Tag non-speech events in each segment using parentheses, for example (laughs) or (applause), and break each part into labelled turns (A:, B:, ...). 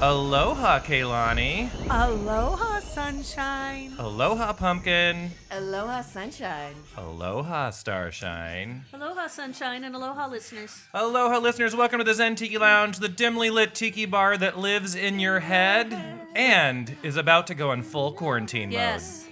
A: Aloha, Kaylani.
B: Aloha, sunshine.
A: Aloha, pumpkin.
C: Aloha sunshine.
A: Aloha, starshine.
D: Aloha, sunshine, and aloha, listeners.
A: Aloha, listeners. Welcome to the Zen Tiki Lounge, the dimly lit tiki bar that lives in your head and is about to go in full quarantine
D: Yes.
A: mode.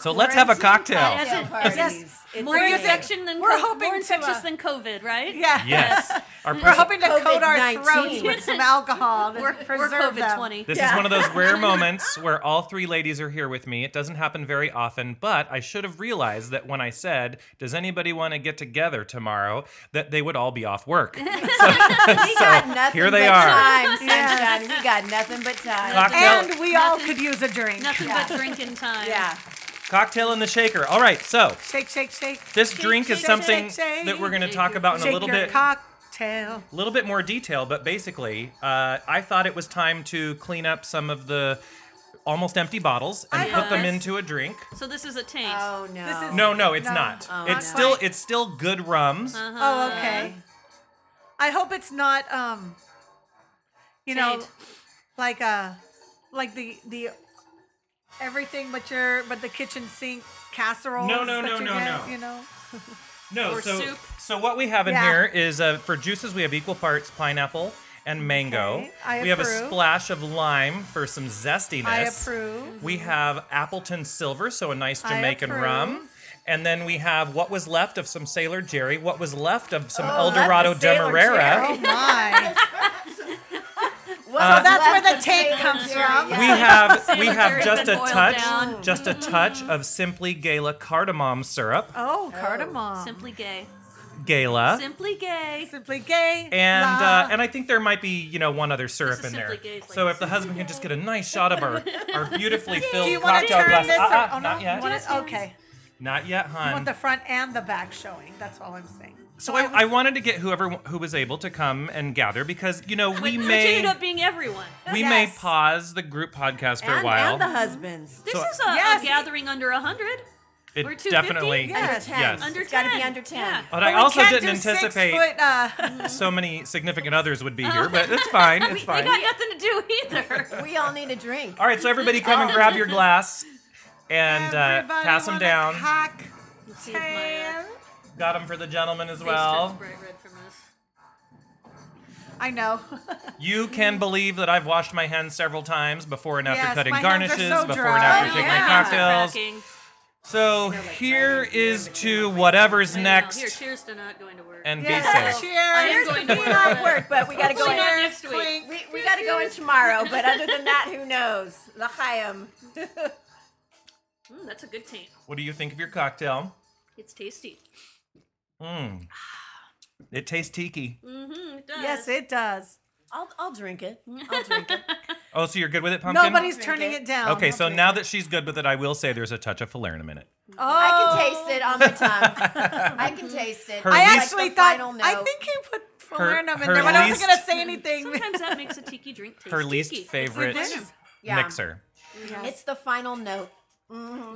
A: So let's have a cocktail.
D: Yes.
C: Cocktail
D: it-
C: parties.
B: yes.
C: It's
D: More
C: a thing.
D: infection than
B: We're
D: co-
B: hoping
D: more
B: to,
D: infectious
B: uh,
D: than COVID,
B: (laughs)
D: right?
B: Yeah. (laughs)
A: Yes. Our
B: We're hoping to coat our
C: COVID-19.
B: throats with some alcohol to
D: (laughs) We're, we're
B: preserve
D: COVID
B: them.
D: twenty.
A: This is
C: Yeah.
A: one of those
B: (laughs)
A: rare moments where all three ladies are here with me. It doesn't happen very often, but I should have realized that when I said, "Does anybody want to get together tomorrow?" that they would all be off
B: (laughs)
A: work.
C: We got nothing
A: here they
C: but
A: are.
C: time, sunshine.
B: Yes.
C: We got nothing but time.
A: Cocktail-
B: And we all
D: Nothing-
B: could use a drink.
D: (laughs) Nothing but drinking time.
C: Yeah.
A: Cocktail in the shaker. All right, so
B: Shake, shake, shake.
A: this drink is
B: shake,
A: something
B: shake, shake.
A: that we're going to talk about in
B: shake
A: a little
B: your
A: bit,
B: cocktail.
A: little bit more detail. But basically, uh, I thought it was time to clean up some of the almost empty bottles and
B: I
A: put them
D: guess.
A: into a drink.
D: So this is a taste.
C: Oh no.
B: This is-
A: No, no, it's
B: No.
A: not.
C: Oh,
A: it's
B: no.
A: still it's still good rums.
D: Uh-huh.
B: Oh, okay. I hope it's not, um, you know,
D: Taint.
B: like a, like the the everything but your but the kitchen sink casserole.
A: No, no, no, no, no.
B: You know,
A: No,
D: Or
A: so
D: soup.
A: so what we have in
B: Yeah.
A: here is uh, for juices we have equal parts pineapple and mango.
B: Okay, I
A: we have a
B: approve.
A: splash of lime for some zestiness.
B: I approve.
A: We have Appleton Silver, so a nice
B: I
A: Jamaican
B: approve.
A: rum. And then we have what was left of some Sailor Jerry, what was left of some
C: Oh,
A: El Dorado
C: left the Sailor
B: Oh
A: Demerara.
D: (laughs)
B: my!
C: Well,
B: so that's where the taint comes from.
A: We
B: (laughs)
A: have we
D: Sailor
A: have
D: Jerry's
A: just
D: been
A: a
D: boiled down.
A: touch, just a
B: Mm.
A: touch of Simply Gala cardamom syrup.
B: Oh, cardamom.
D: Simply gay.
A: Gala.
D: Simply gay.
B: Simply gay.
A: and
B: la.
A: uh, and I think there might be you know one other syrup
D: is
A: in there.
D: simply gay, it's
A: so
D: like
A: if the husband can just get a nice shot of our,
B: (laughs)
A: our beautifully filled
B: do you want to
A: cocktail glass,
B: turn this? Or,
A: Uh-uh,
B: oh no,
A: not
B: You
A: yet,
B: want it? Okay.
A: not yet,
B: I
A: hon.
B: want the front and the back showing. That's all I'm saying.
A: so I, I wanted to get whoever who was able to come and gather because you know we
D: Which
A: may
D: ended up being everyone.
A: we
B: Yes.
A: may pause the group podcast for
C: and,
A: a while.
C: and the husbands.
D: This
A: So-
D: is a,
B: Yes.
D: a gathering under hundred.
A: it
D: we're 250?
A: definitely
C: Yes.
A: yes.
D: Under
C: It's gotta be
D: 10.
C: under 10.
D: Yeah.
A: But,
B: But
A: I
B: we
A: also
B: can't
A: didn't
B: do six
A: anticipate (laughs)
B: foot, uh,
A: so many significant others would be here, but it's fine. It's
D: They
A: fine.
D: got nothing to do
B: (laughs)
D: either.
C: We all need a drink.
A: All right, so everybody come and grab your glass and uh,
B: everybody
A: pass them
B: want a
A: down.
D: Let's see if my, uh,
B: Cocktail.
A: Got them for the gentleman as
D: face turns
A: well.
D: bright red from this.
B: I know.
A: You can believe that I've washed my hands several times before and after
B: Yes,
A: cutting
B: my hands are
A: garnishes,
B: so
A: before
B: dry.
A: and after
B: Oh,
A: taking
B: yeah.
A: my
D: Hands are
A: cocktails.
D: cracking.
A: So here is to whatever's
D: I know.
A: next
D: Here, cheers to not going to work.
A: and be
B: Yes.
A: safe.
B: Cheers.
D: I am going to
C: We love work, but we gotta go
D: Hopefully
C: in.
D: not next week.
B: Clink.
C: We, we gotta go in tomorrow, but other than that, who knows? L'chaim.
D: Mm, that's a good taint.
A: What do you think of your cocktail?
D: It's tasty.
A: Mm. It tastes tiki.
D: Mm-hmm, it does.
B: Yes, it does.
C: I'll, I'll drink it. I'll drink it.
A: Oh, so you're good with it, pumpkin?
B: Nobody's
C: Drink
B: turning
C: it.
B: it down.
A: Okay, so now that she's good with it, I will say there's a touch of falernum in it.
B: oh,
C: I can taste it on my
A: (laughs)
C: tongue. I can taste it.
A: Her
B: I
A: Like
B: actually
C: the
B: thought.
C: final
B: I
C: note.
B: think he put falernum in
A: her
B: there, but I wasn't
A: least-
B: gonna say anything.
D: Sometimes that makes a tiki drink taste.
A: Her least
D: tiki.
A: favorite
B: It is.
C: Yeah.
A: mixer.
B: Yes.
C: It's the final note.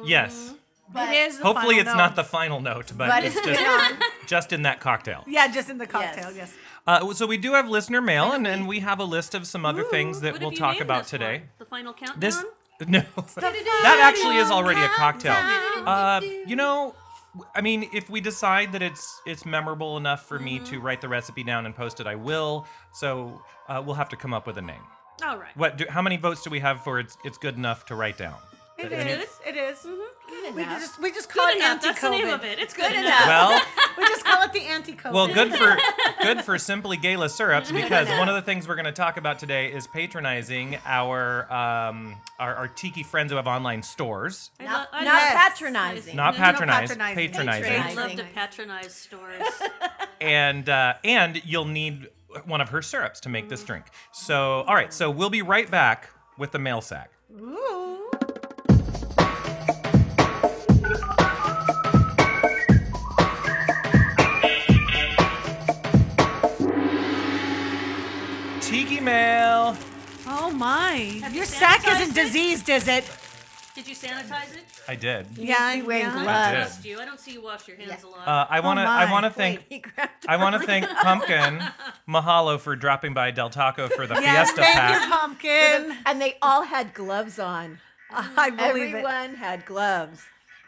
A: Yes.
C: But,
B: It is the
A: Hopefully,
B: final
A: it's
B: note.
A: not the final note, but,
C: but
A: it's
C: it's
A: just,
C: been on.
A: just in that cocktail.
B: Yeah, just in the cocktail. Yes.
A: Uh, so we do have listener mail, and, and we have a list of some other things that
D: What
A: we'll
D: have you
A: talk
D: named
A: about
D: this
A: today.
D: one? The final countdown.
A: This (laughs) no, that
B: final
A: actually is already a cocktail. Uh, you know, I mean, if we decide that it's it's memorable enough for me
D: Mm-hmm.
A: to write the recipe down and post it, I will. So uh, we'll have to come up with a name.
D: All right.
A: What? Do, how many votes do we have for it's it's good enough to write down?
B: It
A: Any-
B: is. It is. We
C: enough.
B: just we just call it
D: Good enough. That's the
B: anti-COVID.
D: name of it. It's good,
C: Good
D: enough.
C: enough.
D: (laughs)
A: Well,
B: (laughs) We just call it the anti-COVID.
A: well, good for good for simply gala syrups because one of the things we're going to talk about today is patronizing our um, our, our tiki friends who have online stores.
D: I
C: Not,
D: lo- I
C: not
D: love-
B: Yes.
C: patronizing.
A: Not
D: No, no,
A: patronize,
B: patronizing.
A: patronizing.
D: I love to
C: patronizing.
B: (laughs)
D: patronize stores.
A: and uh, and you'll need one of her syrups to make this drink. So, all right, so we'll be right back with the mail sack.
B: Ooh.
A: Tiki mail.
B: Oh my!
D: Have you
B: Your sack
D: sanitized
B: isn't
D: it?
B: Oh, diseased, is it?
D: Did you sanitize it?
A: I did.
B: Yeah,
C: He's wearing
B: yeah.
D: I
A: did.
C: gloves.
D: trust you. I don't see you wash your hands a
C: Yeah.
D: lot.
A: Uh, I want to. I
B: Oh my.
A: want to thank.
B: (laughs)
C: Wait, he grabbed
A: I want to thank Pumpkin Mahalo for dropping by Del Taco for the
B: Yes,
A: Fiesta
B: thank you,
A: pack.
B: pumpkin.
C: and they all had gloves on.
B: (laughs) I believe it.
C: Everyone had gloves.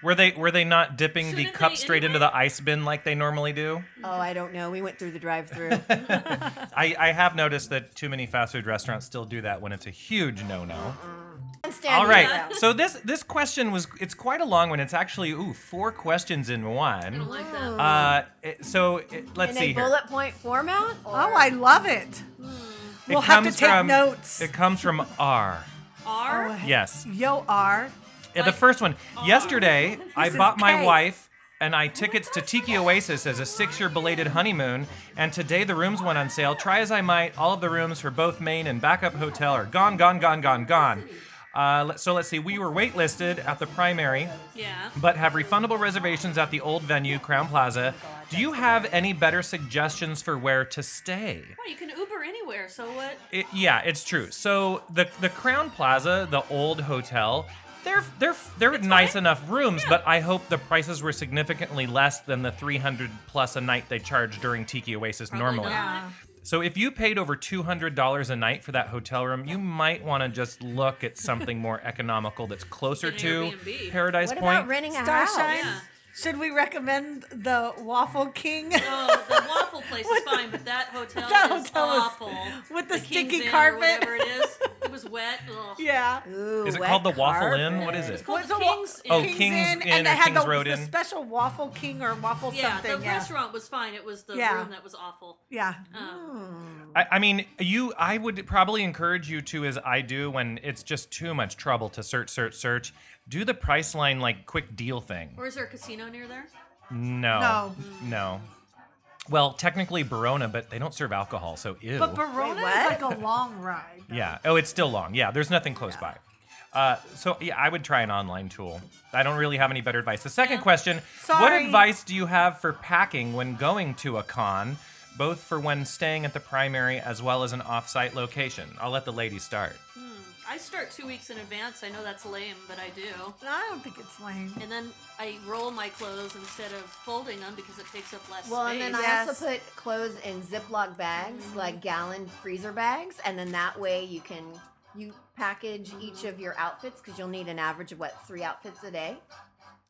A: Were they Were they not dipping the
D: Shouldn't
A: cup
D: they
A: straight into
D: anyway?
A: the ice bin like they normally do?
C: Oh, I don't know. We went through
A: (laughs)
C: the drive-through.
A: I, I have noticed that too many fast food restaurants still do that when it's a huge no no. All right. So this this question was it's quite a long one. It's actually ooh four questions in
D: I don't
A: one.
D: like that.
A: Uh, it- so it, let's
C: In
A: see
C: a
A: here.
C: bullet point format?
B: Oh, I love it.
A: It
B: We'll have to
A: comes
B: take
A: from-
B: notes.
A: It comes from R.
B: Oh.
D: R.
A: Yes.
B: Yo, R.
A: Yeah, the
D: Like-
A: first one. Yesterday, I
B: is
A: bought my
B: cake.
A: wife and I tickets to Tiki Oasis as a six-year belated honeymoon, and today the rooms went on sale. Try as I might, all of the rooms for both main and backup hotel are gone, gone, gone, gone, gone. Uh, let- so let's see. We were waitlisted at the primary,
D: Yeah.
A: but have refundable reservations at the old venue, Crown Plaza. Do you have any better suggestions for where to stay?
D: Well, you can Uber anywhere. So what?
A: It, yeah, it's true. So the the Crown Plaza, the old hotel, they're they're they're nice enough rooms, but I hope the prices were significantly less than the 300 plus a night they charge during Tiki Oasis
D: Probably
A: normally.
D: not.
A: So if you paid over $200 a night for that hotel room, you might want to just look
D: (laughs)
A: at something more economical that's closer
D: An
A: to
D: Airbnb.
A: Paradise
C: What
A: Point.
C: about renting a house?
B: Starshine.
D: Yeah.
B: Should we recommend the Waffle King?
D: Oh, the waffle place
B: (laughs)
D: is fine, but that hotel
B: That
D: is
B: hotel is-
D: awful.
B: with the
D: King's
B: sticky
D: Inn or
B: carpet.
D: whatever it is. It
B: (laughs)
D: was wet. Ugh.
B: (laughs) yeah.
C: Ooh,
A: Is it
C: wet
A: called the Waffle
C: carpet.
A: Inn? What is it?
D: It's called
B: What's
D: the
B: a wa-
D: King's Inn.
A: Oh, King's Inn
B: and
A: or
B: they had
A: King's
B: the,
A: Road
B: the
A: Inn.
B: special Waffle King or Waffle
D: Yeah,
B: something.
D: the
B: yeah.
D: restaurant was fine. It was the
B: Yeah.
D: room that was awful.
B: yeah.
D: Um,
A: I, I mean, you. I would probably encourage you to, as I do, when it's just too much trouble to search, search, search. Do the price line like quick deal thing.
D: or is there a casino near there?
A: No,
B: No.
A: no. Well, technically Barona, but they don't serve alcohol, so ew.
B: But Verona is
C: what?
B: like a long ride.
A: yeah. Oh, it's still long. Yeah, there's nothing close by. Uh, so yeah, I would try an online tool. I don't really have any better advice. The second
D: Yeah.
A: question: What
B: Sorry.
A: advice do you have for packing when going to a con, both for when staying at the primary as well as an off-site location? I'll let the lady start.
D: I start two weeks in advance. I know that's lame, but I do.
B: I don't think it's lame.
D: And then I roll my clothes instead of folding them because it takes up less
C: Well,
D: space.
C: and then I
B: Yes.
C: also put clothes in Ziploc bags, like gallon freezer bags, and then that way you can you package each of your outfits because you'll need an average of what three outfits a day.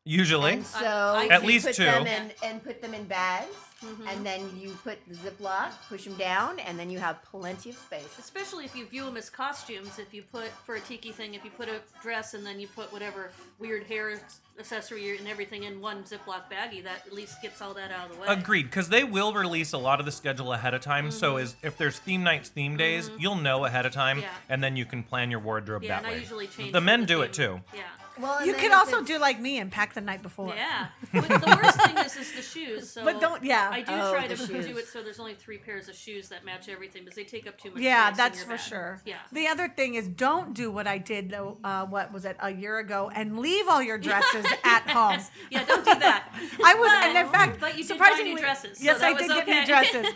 A: Usually.
C: And so
D: I- I
A: At
C: you
A: least
C: put
A: two.
C: them in, and put them in bags,
B: Mm-hmm.
C: and then you put the Ziploc, push them down, and then you have plenty of space.
D: Especially if you view them as costumes, if you put for a tiki thing, if you put a dress and then you put whatever weird hair accessory and everything in one Ziploc baggie, that at least gets all that out of the way.
A: Agreed, because they will release a lot of the schedule ahead of time. So is if there's theme nights, theme days, you'll know ahead of time,
D: Mm-hmm. Yeah.
A: and then you can plan your wardrobe
D: Yeah,
A: that
D: and I
A: way.
D: usually change.
A: the
D: for
A: men do it
D: theme.
A: too.
D: Yeah,
C: Well, and
B: You
C: then
B: could
C: if
B: also
C: it's-
B: do like me and pack the night before. (laughs)
D: yeah. But the worst thing is, is the shoes. So
B: But don't- yeah.
D: I do
C: Oh,
D: try
C: the
D: to do
C: shoes.
D: it so there's only three pairs of shoes that match everything because they take up too much.
B: Yeah,
D: space in
B: that's
D: your
B: for
D: bag.
B: sure.
D: Yeah.
B: The other thing is, don't do what I did though. Uh, what was it a year ago? And leave all your
D: (laughs)
B: dresses at home.
D: Yes. Yeah, don't do
B: (laughs)
D: that.
B: I was,
D: But-
B: and in fact,
D: but you did buy new
B: surprisingly,
D: dresses, so
B: yes,
D: that
B: I
D: was
B: did get
D: okay.
B: new
D: (laughs)
B: dresses.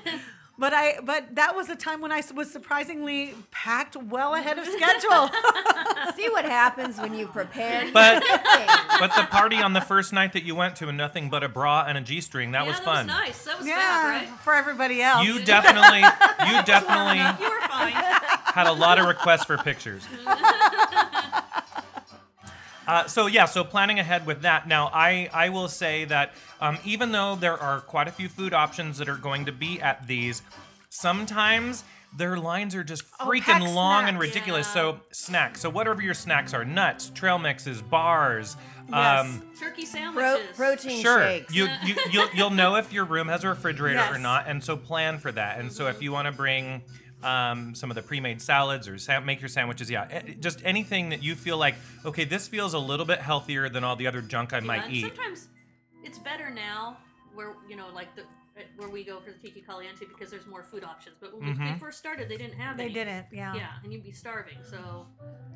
B: But I, but that was a time when I s- was surprisingly packed
D: (laughs)
B: well ahead of schedule.
C: (laughs)
B: (laughs)
C: see what happens when you prepare.
A: But
C: things.
A: but the party on the first night that you went to and nothing but a bra and a g-string that
D: yeah,
A: was
D: that
A: fun.
D: was nice. That was
B: yeah,
D: fab, right?
B: for everybody else.
A: You definitely
D: (laughs)
A: you
B: (laughs)
D: Enough,
A: definitely
D: you were fine.
A: had a lot of requests for pictures. Uh, so yeah, so planning ahead with that. Now, I I will say that um, even though there are quite a few food options that are going to be at these, sometimes their lines are just
B: Oh,
A: freaking
B: pack
A: long and
B: snacks.
A: ridiculous.
D: Yeah.
A: So snacks. So whatever your snacks are, nuts, trail mixes, bars. Um,
D: Turkey
C: Pro-
D: sandwiches.
C: protein
A: Sure,
C: shakes.
A: you
D: (laughs)
A: you you'll, you'll know if your room has a refrigerator or
B: Yes.
A: not, and so plan for that. And so if
D: Mm-hmm.
A: you want to bring um, some of the pre-made salads or sa- make your sandwiches, yeah, eh, just anything that you feel like, okay, this feels a little bit healthier than all the other junk I
D: Yeah,
A: might
D: and
A: eat.
D: Uh, Sometimes it's better now where you know, like the uh, where we go for the tiki caliente because there's more food options. But when
A: Mm-hmm.
D: we they first started, they didn't have
B: they
D: any.
B: didn't. Yeah.
D: Yeah, and you'd be starving. So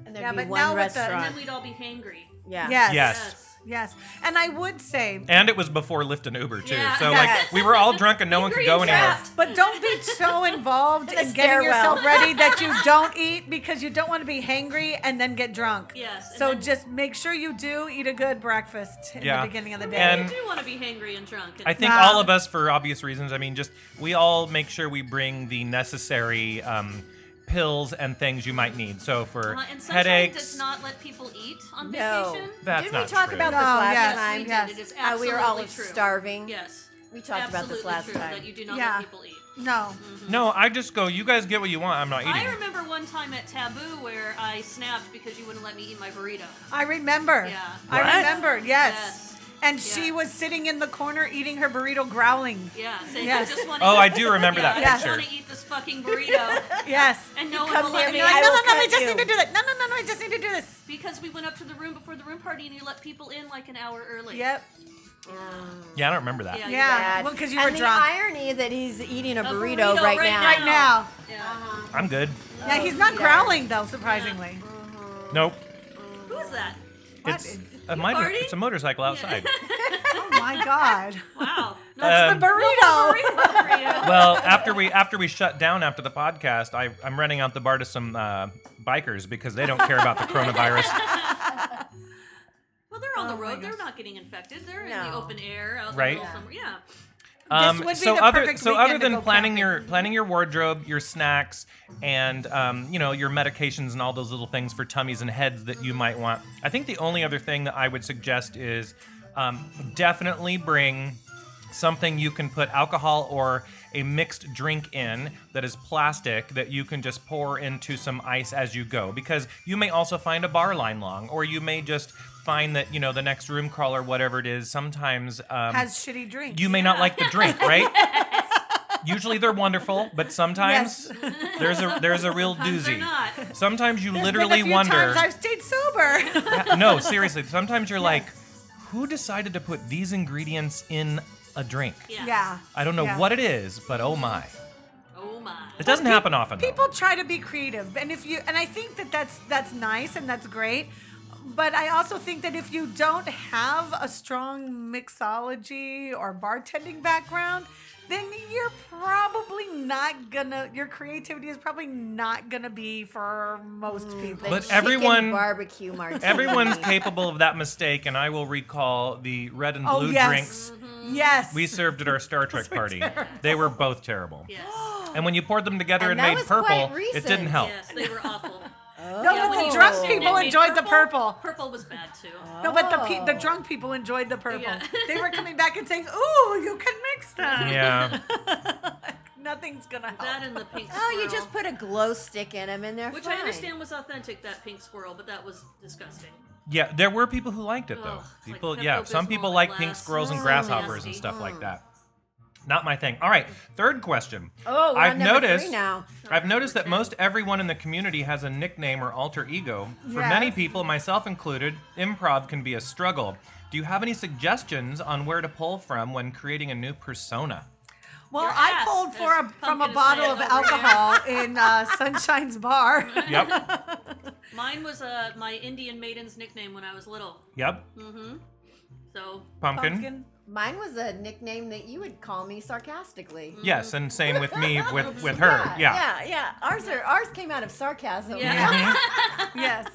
C: and
B: Yeah,
C: there'd
B: but
C: be
B: now
C: one
B: with the-
D: and
C: restaurant.
D: then we'd all be hangry.
C: yeah.
A: Yes.
B: Yes.
D: Yes.
B: Yes. And I would say,
A: And it was before Lyft and Uber too.
D: Yeah.
A: So
B: Yes.
A: like we were all drunk
D: (laughs)
A: and no one could go anywhere.
D: Trapped.
B: but don't be so involved
C: In the
B: in getting yourself
C: stairwell.
B: ready that you don't eat because you don't want to be hangry and then get drunk.
D: Yes, and
B: So
D: then-
B: just make sure you do eat a good breakfast in
A: Yeah.
B: the beginning of the day.
A: And-
D: I do want to be hangry and drunk.
A: I think
B: Nah.
A: all of us, for obvious reasons, I mean, just we all make sure we bring the necessary um, pills and things you might need. So for
D: Uh, and sunshine
A: headaches,
D: does not let people eat on
C: No. Oh,
D: vacation.
A: that's
C: Didn't
A: not
C: we talk
A: true.
C: about
B: No,
C: this last
B: yes.
D: We
C: time?
D: did.
B: yes.
D: It is
C: How Uh, we were all
D: absolutely true.
C: starving.
D: Yes.
C: We talked about this
D: Absolutely
C: last
D: true,
C: time.
D: That you do not
B: Yeah.
D: let people eat.
B: no.
A: no, I just go. You guys get what you want. I'm not
D: I
A: eating.
D: remember one time at Taboo where I snapped because you wouldn't let me eat my burrito.
B: I remember.
D: Yeah.
A: What?
B: I remembered, yes.
D: Yes.
B: And she
D: Yeah.
B: was sitting in the corner eating her burrito growling.
D: Yeah. Saying,
B: Yes.
D: I just want
A: Oh, I do remember
D: (laughs)
A: that
D: I
B: picture.
D: just want to eat this fucking burrito.
C: (laughs)
B: Yes.
D: And no one
C: come
D: will
C: near
D: let me.
C: me,
B: You're like,
C: I
B: no, no,
C: will
B: no, I
C: cut
B: just
C: you."
B: need to do that. No, no, no, no, I just need to do this.
D: Because we went up to the room before the room party and you let people in like an hour early.
B: Yep.
A: yeah, I don't remember that.
D: Yeah.
B: Yeah.
C: Oh, Bad.
B: Well, because you
C: and
B: were
C: the
B: drunk.
C: irony that he's eating a,
D: A burrito
C: burrito, right,
D: right
C: now.
B: right now.
D: Yeah.
A: I'm good.
B: Yeah, he's not
C: yeah.
B: growling though, surprisingly.
A: Nope.
D: Who
A: (laughs)
D: is that?
B: What?
A: It's a, minor,
D: farting?
A: it's a motorcycle outside.
D: (laughs)
B: Oh my god.
D: Wow. Not
B: That's
A: Um,
B: the burrito.
D: for you.
A: well, after we after we shut down after the podcast, I, I'm running out the bar to some uh, bikers because they don't care
D: (laughs)
A: about the coronavirus.
D: Well, they're on
B: Oh
D: the
B: my
D: road. They're
B: gosh.
D: not getting infected. They're in
C: No.
D: the open air, out in
A: Right.
D: the middle somewhere. Yeah.
A: Um,
B: would be
A: so
B: the
A: other
B: perfect
A: so
B: weekend
A: other
B: to
A: than
B: go
A: planning
B: camping.
A: your planning your wardrobe, your snacks, and um, you know your medications and all those little things for tummies and heads that you might want. I think the only other thing that I would suggest is um, definitely bring something you can put alcohol or a mixed drink in that is plastic that you can just pour into some ice as you go because you may also find a bar line long or you may just find that you know the next room crawler whatever it is sometimes um,
B: Has shitty drinks.
A: you may not like the drink, right? Usually they're wonderful, but sometimes there's a there's a real
D: Sometimes they're
A: doozy.
D: not.
A: Sometimes you
B: There's been
A: literally
B: a few
A: wonder.
B: Times I've stayed sober.
A: (laughs)
B: (laughs)
A: no, seriously. Sometimes you're like, who decided to put these ingredients in a drink?
D: Yeah.
B: yeah.
A: I don't know
B: Yeah.
A: what it is, but oh my.
D: Oh my.
A: It doesn't happen often. though.
B: People (laughs) try to be creative, and if you and I think that that's that's nice and that's great. But I also think that if you don't have a strong mixology or bartending background, then you're probably not gonna your creativity is probably not gonna be for most people.
C: The
A: But
C: chicken
A: everyone-
C: barbecue martini.
A: Everyone's capable of that mistake, and I will recall the red and blue
B: oh yes.
A: drinks
B: Yes. (laughs)
A: we served at our Star Trek party. They were both terrible.
B: (gasps)
D: Yes.
A: And when you poured them together and,
C: And that
A: made
C: was
A: purple,
C: quite
A: it didn't
C: recent.
A: help.
D: Yes. They were
B: (laughs)
D: awful.
B: No,
D: Yeah,
B: but
D: when
B: the
D: you-
B: drunk
D: when
B: people
D: they made
B: enjoyed the purple.
D: Purple was bad too.
B: No, but the pe- the
C: Oh.
B: drunk people enjoyed the purple.
D: Yeah. (laughs)
B: They were coming back and saying, "Ooh, you can mix them."
A: Yeah.
B: Nothing's gonna help.
D: That and the pink.
C: (laughs) Oh, you
D: squirrel,
C: just put a glow stick in them, and they're
D: Which I
C: fine.
D: understand was authentic, that pink squirrel, but that was disgusting.
A: Yeah, there were people who liked it though.
D: Ugh, it's like
A: people, yeah,
D: Pepto-Bismol
A: some people
D: and
A: like pink
D: glass.
A: squirrels and
D: Mm,
A: grasshoppers and
D: nasty.
A: stuff like that. Not my thing. All right, third question.
C: Oh, we're
A: I've
C: on number
A: noticed
C: three now.
A: I've noticed that most everyone in the community has a nickname or alter ego. For
B: Yes.
A: many people, myself included, improv can be a struggle. Do you have any suggestions on where to pull from when creating a new persona?
B: Well,
D: Your
B: I
D: ass
B: pulled for
D: is
B: a, from a
D: pumpkin
B: bottle of
D: sand over
B: alcohol
D: (laughs)
B: in uh, Sunshine's bar.
C: (laughs)
A: Yep.
D: Mine was uh, my Indian maiden's nickname when I was little.
A: Yep.
D: So,
A: Pumpkin.
C: Mine was a nickname that you would call me sarcastically.
A: Yes, and same with me
C: (laughs)
A: with with her. Mm. Yeah.
C: yeah, yeah. Ours are ours came out of sarcasm.
D: yeah.
A: Mm-hmm.
D: (laughs)
B: Yes.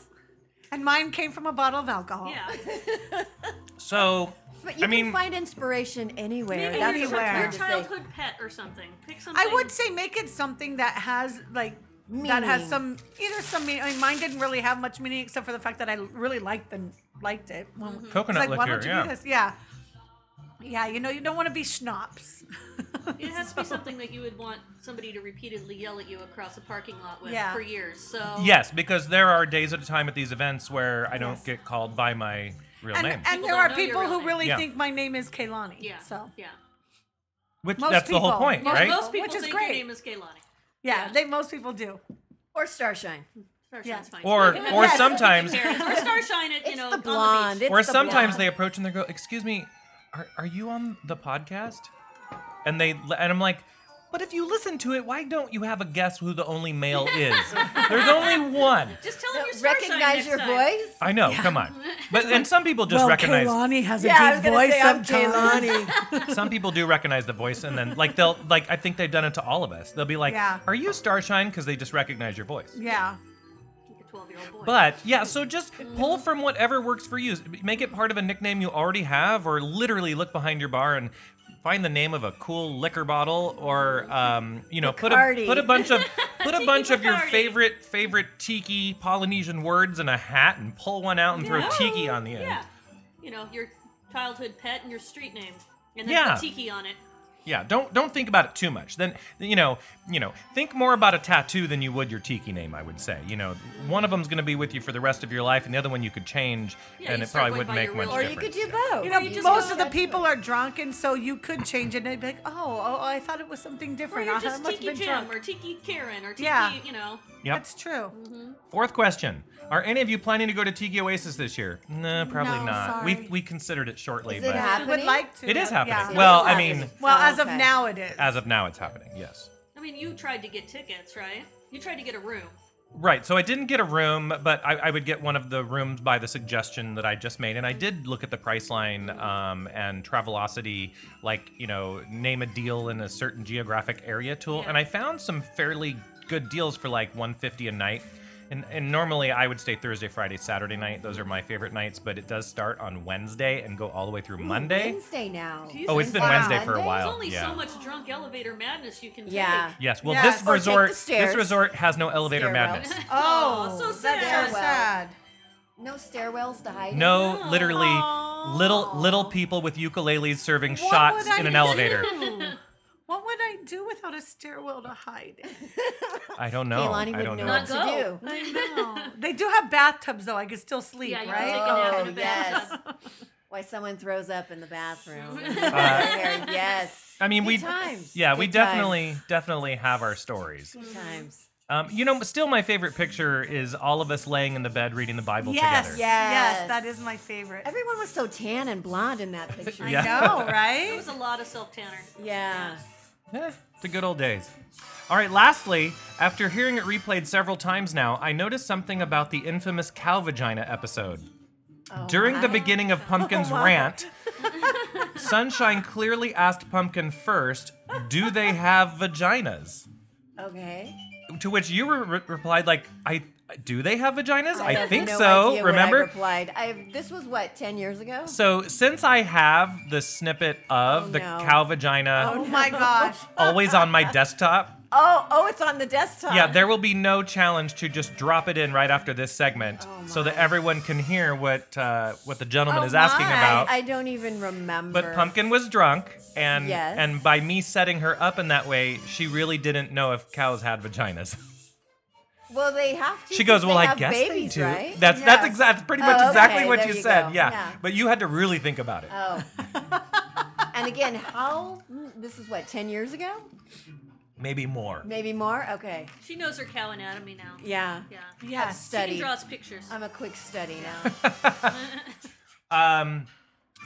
B: And mine came from a bottle of
C: Oh.
B: alcohol.
C: (laughs)
D: Yeah.
A: So,
C: But you
A: I mean,
C: can find inspiration anywhere.
D: Maybe
C: That's
D: your,
C: what I'm
B: anywhere.
D: your
C: trying to say.
D: childhood pet or something. Pick something.
B: I would say make it something that has like that has some
C: Meaning.
B: either some meaning. I mean, mine didn't really have much meaning except for the fact that I really liked the liked it. When,
D: Mm-hmm.
B: it's
A: coconut
B: like, why
A: liquor.
B: don't you
A: yeah.
B: do this? Yeah. Yeah, you know, you don't want to be schnapps. (laughs)
D: It has to be something that you would want somebody to repeatedly yell at you across a parking lot with
B: Yeah.
D: for years. So
A: Yes, because there are days at a time at these events where I don't
B: Yes.
A: get called by my real
B: And,
A: name,
B: and there
D: People don't
B: are
D: know your
B: people
D: real
B: who
D: name.
B: really
A: Yeah.
B: think my name is Kaylani.
D: Yeah.
B: So,
D: Yeah.
A: which
B: most
A: that's the whole
B: people-
A: point,
D: Most,
A: right?
D: most people
B: Which is
D: think
B: great.
D: your name is Kaylani.
B: yeah,
D: Yeah.
B: they most people do.
C: Or starshine.
D: Starshine's
B: Yeah.
D: fine.
A: Or
D: Okay.
A: or
C: Yes.
A: sometimes
D: Paris. or Starshine at, you
C: It's
D: know,
C: the
D: on
C: blonde.
D: beach.
C: It's
A: or
C: the
A: sometimes they
C: blonde.
A: approach and they go, "Excuse me, are are you on the podcast?" And they and I'm like. But if you listen to it, why don't you have a guess who the only
B: (laughs)
A: male is? There's only one.
D: Just tell them you're Starshine
C: recognize
D: next
C: your
D: time.
C: voice.
A: I know. Come on. But and some people just
B: well,
A: recognize
B: Kehlani has
C: Yeah,
B: a
C: I was
B: deep
C: gonna
B: voice
C: say, I'm
B: sometimes.
A: some people do recognize the voice and then like they'll like I think they've done it to all of us. They'll be like,
B: Yeah.
A: "Are you Starshine?" because they just recognize your voice.
B: (laughs) yeah.
D: Like a 12 year old boy.
A: But yeah, so just pull from whatever works for you. Make it part of a nickname you already have, or literally look behind your bar and find the name of a cool liquor bottle, or um, you know, put a
C: Bacardi.
A: put a bunch of put a
D: (laughs) Tiki
A: bunch of your
D: Bacardi.
A: favorite favorite tiki Polynesian words in a hat and pull one out and throw
D: Yeah.
A: tiki on the end.
D: yeah. You know, your childhood pet and your street name. And then
A: Yeah.
D: put Tiki on it.
A: Yeah, don't don't think about it too much. Then you know, you know, think more about a tattoo than you would your tiki name. I would say, you know, one of them's going to be with you for the rest of your life, and the other one you could change,
D: Yeah,
A: and
D: you
A: it
D: start
A: probably
D: going
A: wouldn't
D: by
A: make
D: your
A: much
D: will.
C: Or
A: difference.
C: you could do
A: Yeah.
C: both.
B: You know,
D: you just
B: most
D: go
B: of the
C: with-
B: people are drunk, and so you could change it. And they'd be like, "Oh, oh, I thought it was something
D: Or
B: different. Uh-huh,
D: you're
B: I
D: just
B: must have
D: Tiki
B: been
D: Jim
B: drunk."
D: or Tiki Karen or Tiki,
B: Yeah.
D: you know.
A: Yep.
B: That's true.
A: Fourth question: Are any of you planning to go to Tiki Oasis this year? No, probably
B: No,
A: not.
B: sorry.
A: We we considered it shortly,
C: Is it
A: but
B: I would
C: happening?
B: like to.
A: it is
B: but
A: happening.
B: yeah.
A: Well,
C: It is
A: I mean,
C: happening.
B: well,
C: Oh,
B: as of
C: okay.
B: now, it is.
A: as of now, it's happening. Yes.
D: I mean, you tried to get tickets, right? You tried to get a room.
A: Right, so I didn't get a room, but I, I would get one of the rooms by the suggestion that I just made, and I did look at the price line um, and Travelocity, like you know, name a deal in a certain geographic area tool,
D: Yeah.
A: and I found some fairly good deals for like 150 a night. And, and normally I would stay Thursday, Friday, Saturday night. Those are my favorite nights, but it does start on Wednesday and go all the way through Monday.
C: Wednesday now.
D: Jesus.
A: Oh, it's been
C: Wow.
A: Wednesday for a
C: Monday?
A: while.
D: There's only
A: yeah.
D: so much drunk elevator madness you can
C: Yeah.
D: take.
A: Yes. Well,
B: Yes.
A: this
B: Or
C: take the
A: resort, this
C: stairs.
A: resort has no elevator
C: Stairwell.
A: madness.
B: Oh,
D: Aw, so
B: That's
D: sad.
B: so sad.
D: (laughs)
C: No stairwells to hide.
A: No,
D: No.
A: literally,
B: Aw.
A: little little people with ukuleles serving
B: What
A: shots
B: would I
A: in an
B: do? (laughs)
A: elevator.
B: What would I do without a stairwell to hide? in?
A: I don't know.
C: Kehlani
A: I don't
C: would
A: know.
C: know what
D: Not
C: to
D: go.
C: do.
B: they do have bathtubs though. I could still sleep,
D: Yeah, you can
B: right?
D: take a nap
C: Oh,
D: in a
C: yes.
D: bathtub.
C: Why someone throws up in the bathroom. (laughs)
A: Uh,
C: yes.
A: I mean,
C: Good
A: we
C: times.
A: yeah,
C: Good
A: we definitely definitely have our stories.
C: Good times.
A: Um, you know, still my favorite picture is all of us laying in the bed reading the Bible
B: yes,
A: together.
B: yes,
C: Yes.
B: that is my favorite.
C: Everyone was so tan and blonde in that picture.
B: I
A: Yeah. (laughs)
B: know,
D: (laughs) It
B: right?
D: was a lot of self tanner.
C: Yeah.
A: Eh, the good old days. All right, lastly, after hearing it replayed several times now, I noticed something about the infamous cow vagina episode.
C: (laughs) Oh,
A: During the
C: my.
A: beginning of Pumpkin's
B: wow.
A: rant, Sunshine clearly asked Pumpkin first, Do they have vaginas?
C: Okay.
A: To which you re- re- replied, like, I do they have vaginas? I,
C: have
A: think
C: no
A: so.
C: idea what
A: remember?
C: I replied. I this was what ten years ago.
A: so since I have the snippet of
C: Oh,
A: the
C: no.
A: cow vagina
B: Oh my
D: (laughs)
B: gosh.
A: always on my desktop,
C: Oh, oh, it's on the desktop.
A: yeah, there will be no challenge to just drop it in right after this segment,
C: Oh,
A: so that
C: my.
A: everyone can hear what uh, what the gentleman
B: Oh,
A: is asking
B: my.
A: about.
C: I, I don't even remember.
A: But Pumpkin was drunk, and
C: Yes.
A: and by me setting her up in that way, she really didn't know if cows had vaginas. (laughs)
C: Well, they have to.
A: She goes,
C: because
A: "Well,
C: they
A: I
C: have
A: guess
C: babies,
A: they do."
C: Right?
A: That's that's
B: Yes.
A: exact, pretty
C: Oh,
A: much exactly
C: okay,
A: what
C: there
A: you
C: you
A: said.
C: go.
A: Yeah.
C: Yeah.
A: but you had to really think about it.
C: Oh. (laughs) and again, how? This is what ten years ago,
A: Maybe more.
C: maybe more. Okay.
D: She knows her cow anatomy now.
C: Yeah.
D: Yeah.
B: Yes.
D: She can
C: Study.
D: draw us pictures.
C: I'm a quick study
A: (laughs)
C: now.
A: Um,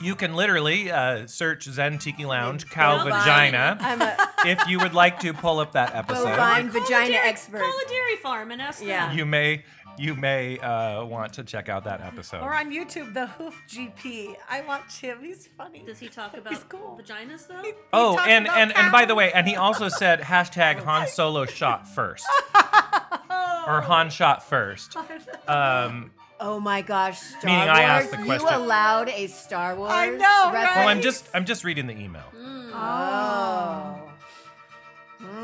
A: you can literally uh, search Zen Tiki Lounge cow
D: Bovine.
A: vagina
C: I'm a
A: if you would like to pull up that episode.
C: bovine
D: Call a
C: vagina
D: dairy-
C: expert.
D: Call a dairy farm and ask
C: Yeah.
D: them.
A: You may you may uh, want to check out that episode.
B: Or on YouTube, the Hoof GP. I watch him. He's funny.
D: Does he
B: (laughs)
D: talk
B: He's
D: about
B: cool.
D: vaginas though?
B: He
A: Oh,
B: talks
A: and
B: about
A: and and by the way,
B: cows.
A: and he also said
B: (laughs)
A: hashtag Han Solo shot first,
B: Oh.
A: or Han shot first. Um,
C: Oh my gosh, Star
A: Meaning
C: Wars!
A: I asked the
C: You
A: question.
C: allowed a Star Wars?
B: I know,
A: well,
C: reference?
B: right?
A: I'm just I'm just reading the email,
C: Oh.